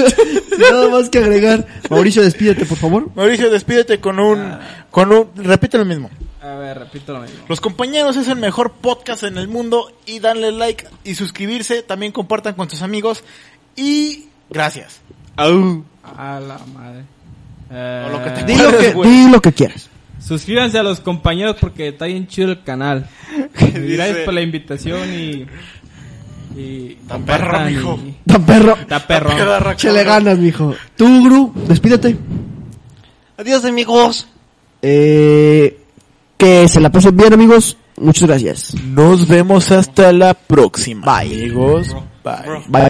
nada más que agregar. Mauricio, despídete, por favor.
Mauricio, despídete con un, con un, repite lo mismo.
A ver, repito lo mismo.
Los compañeros es el mejor podcast en el mundo y danle like y suscribirse, también compartan con sus amigos y gracias.
Au.
A la madre.
O lo que te
Eh,
Di lo que, di lo que quieras.
Suscríbanse a los compañeros porque está bien chido el canal. Y Gracias
dice?
por la invitación y. y
Tan perro,
compartan
mijo.
y-
Tan perro.
Está perro.
Se le ganas, mijo. Tú, Gru, despídete.
Adiós, amigos.
Eh, que se la pasen bien, amigos. Muchas gracias.
Nos vemos hasta la próxima.
Bye.
Amigos, bye.
Bye.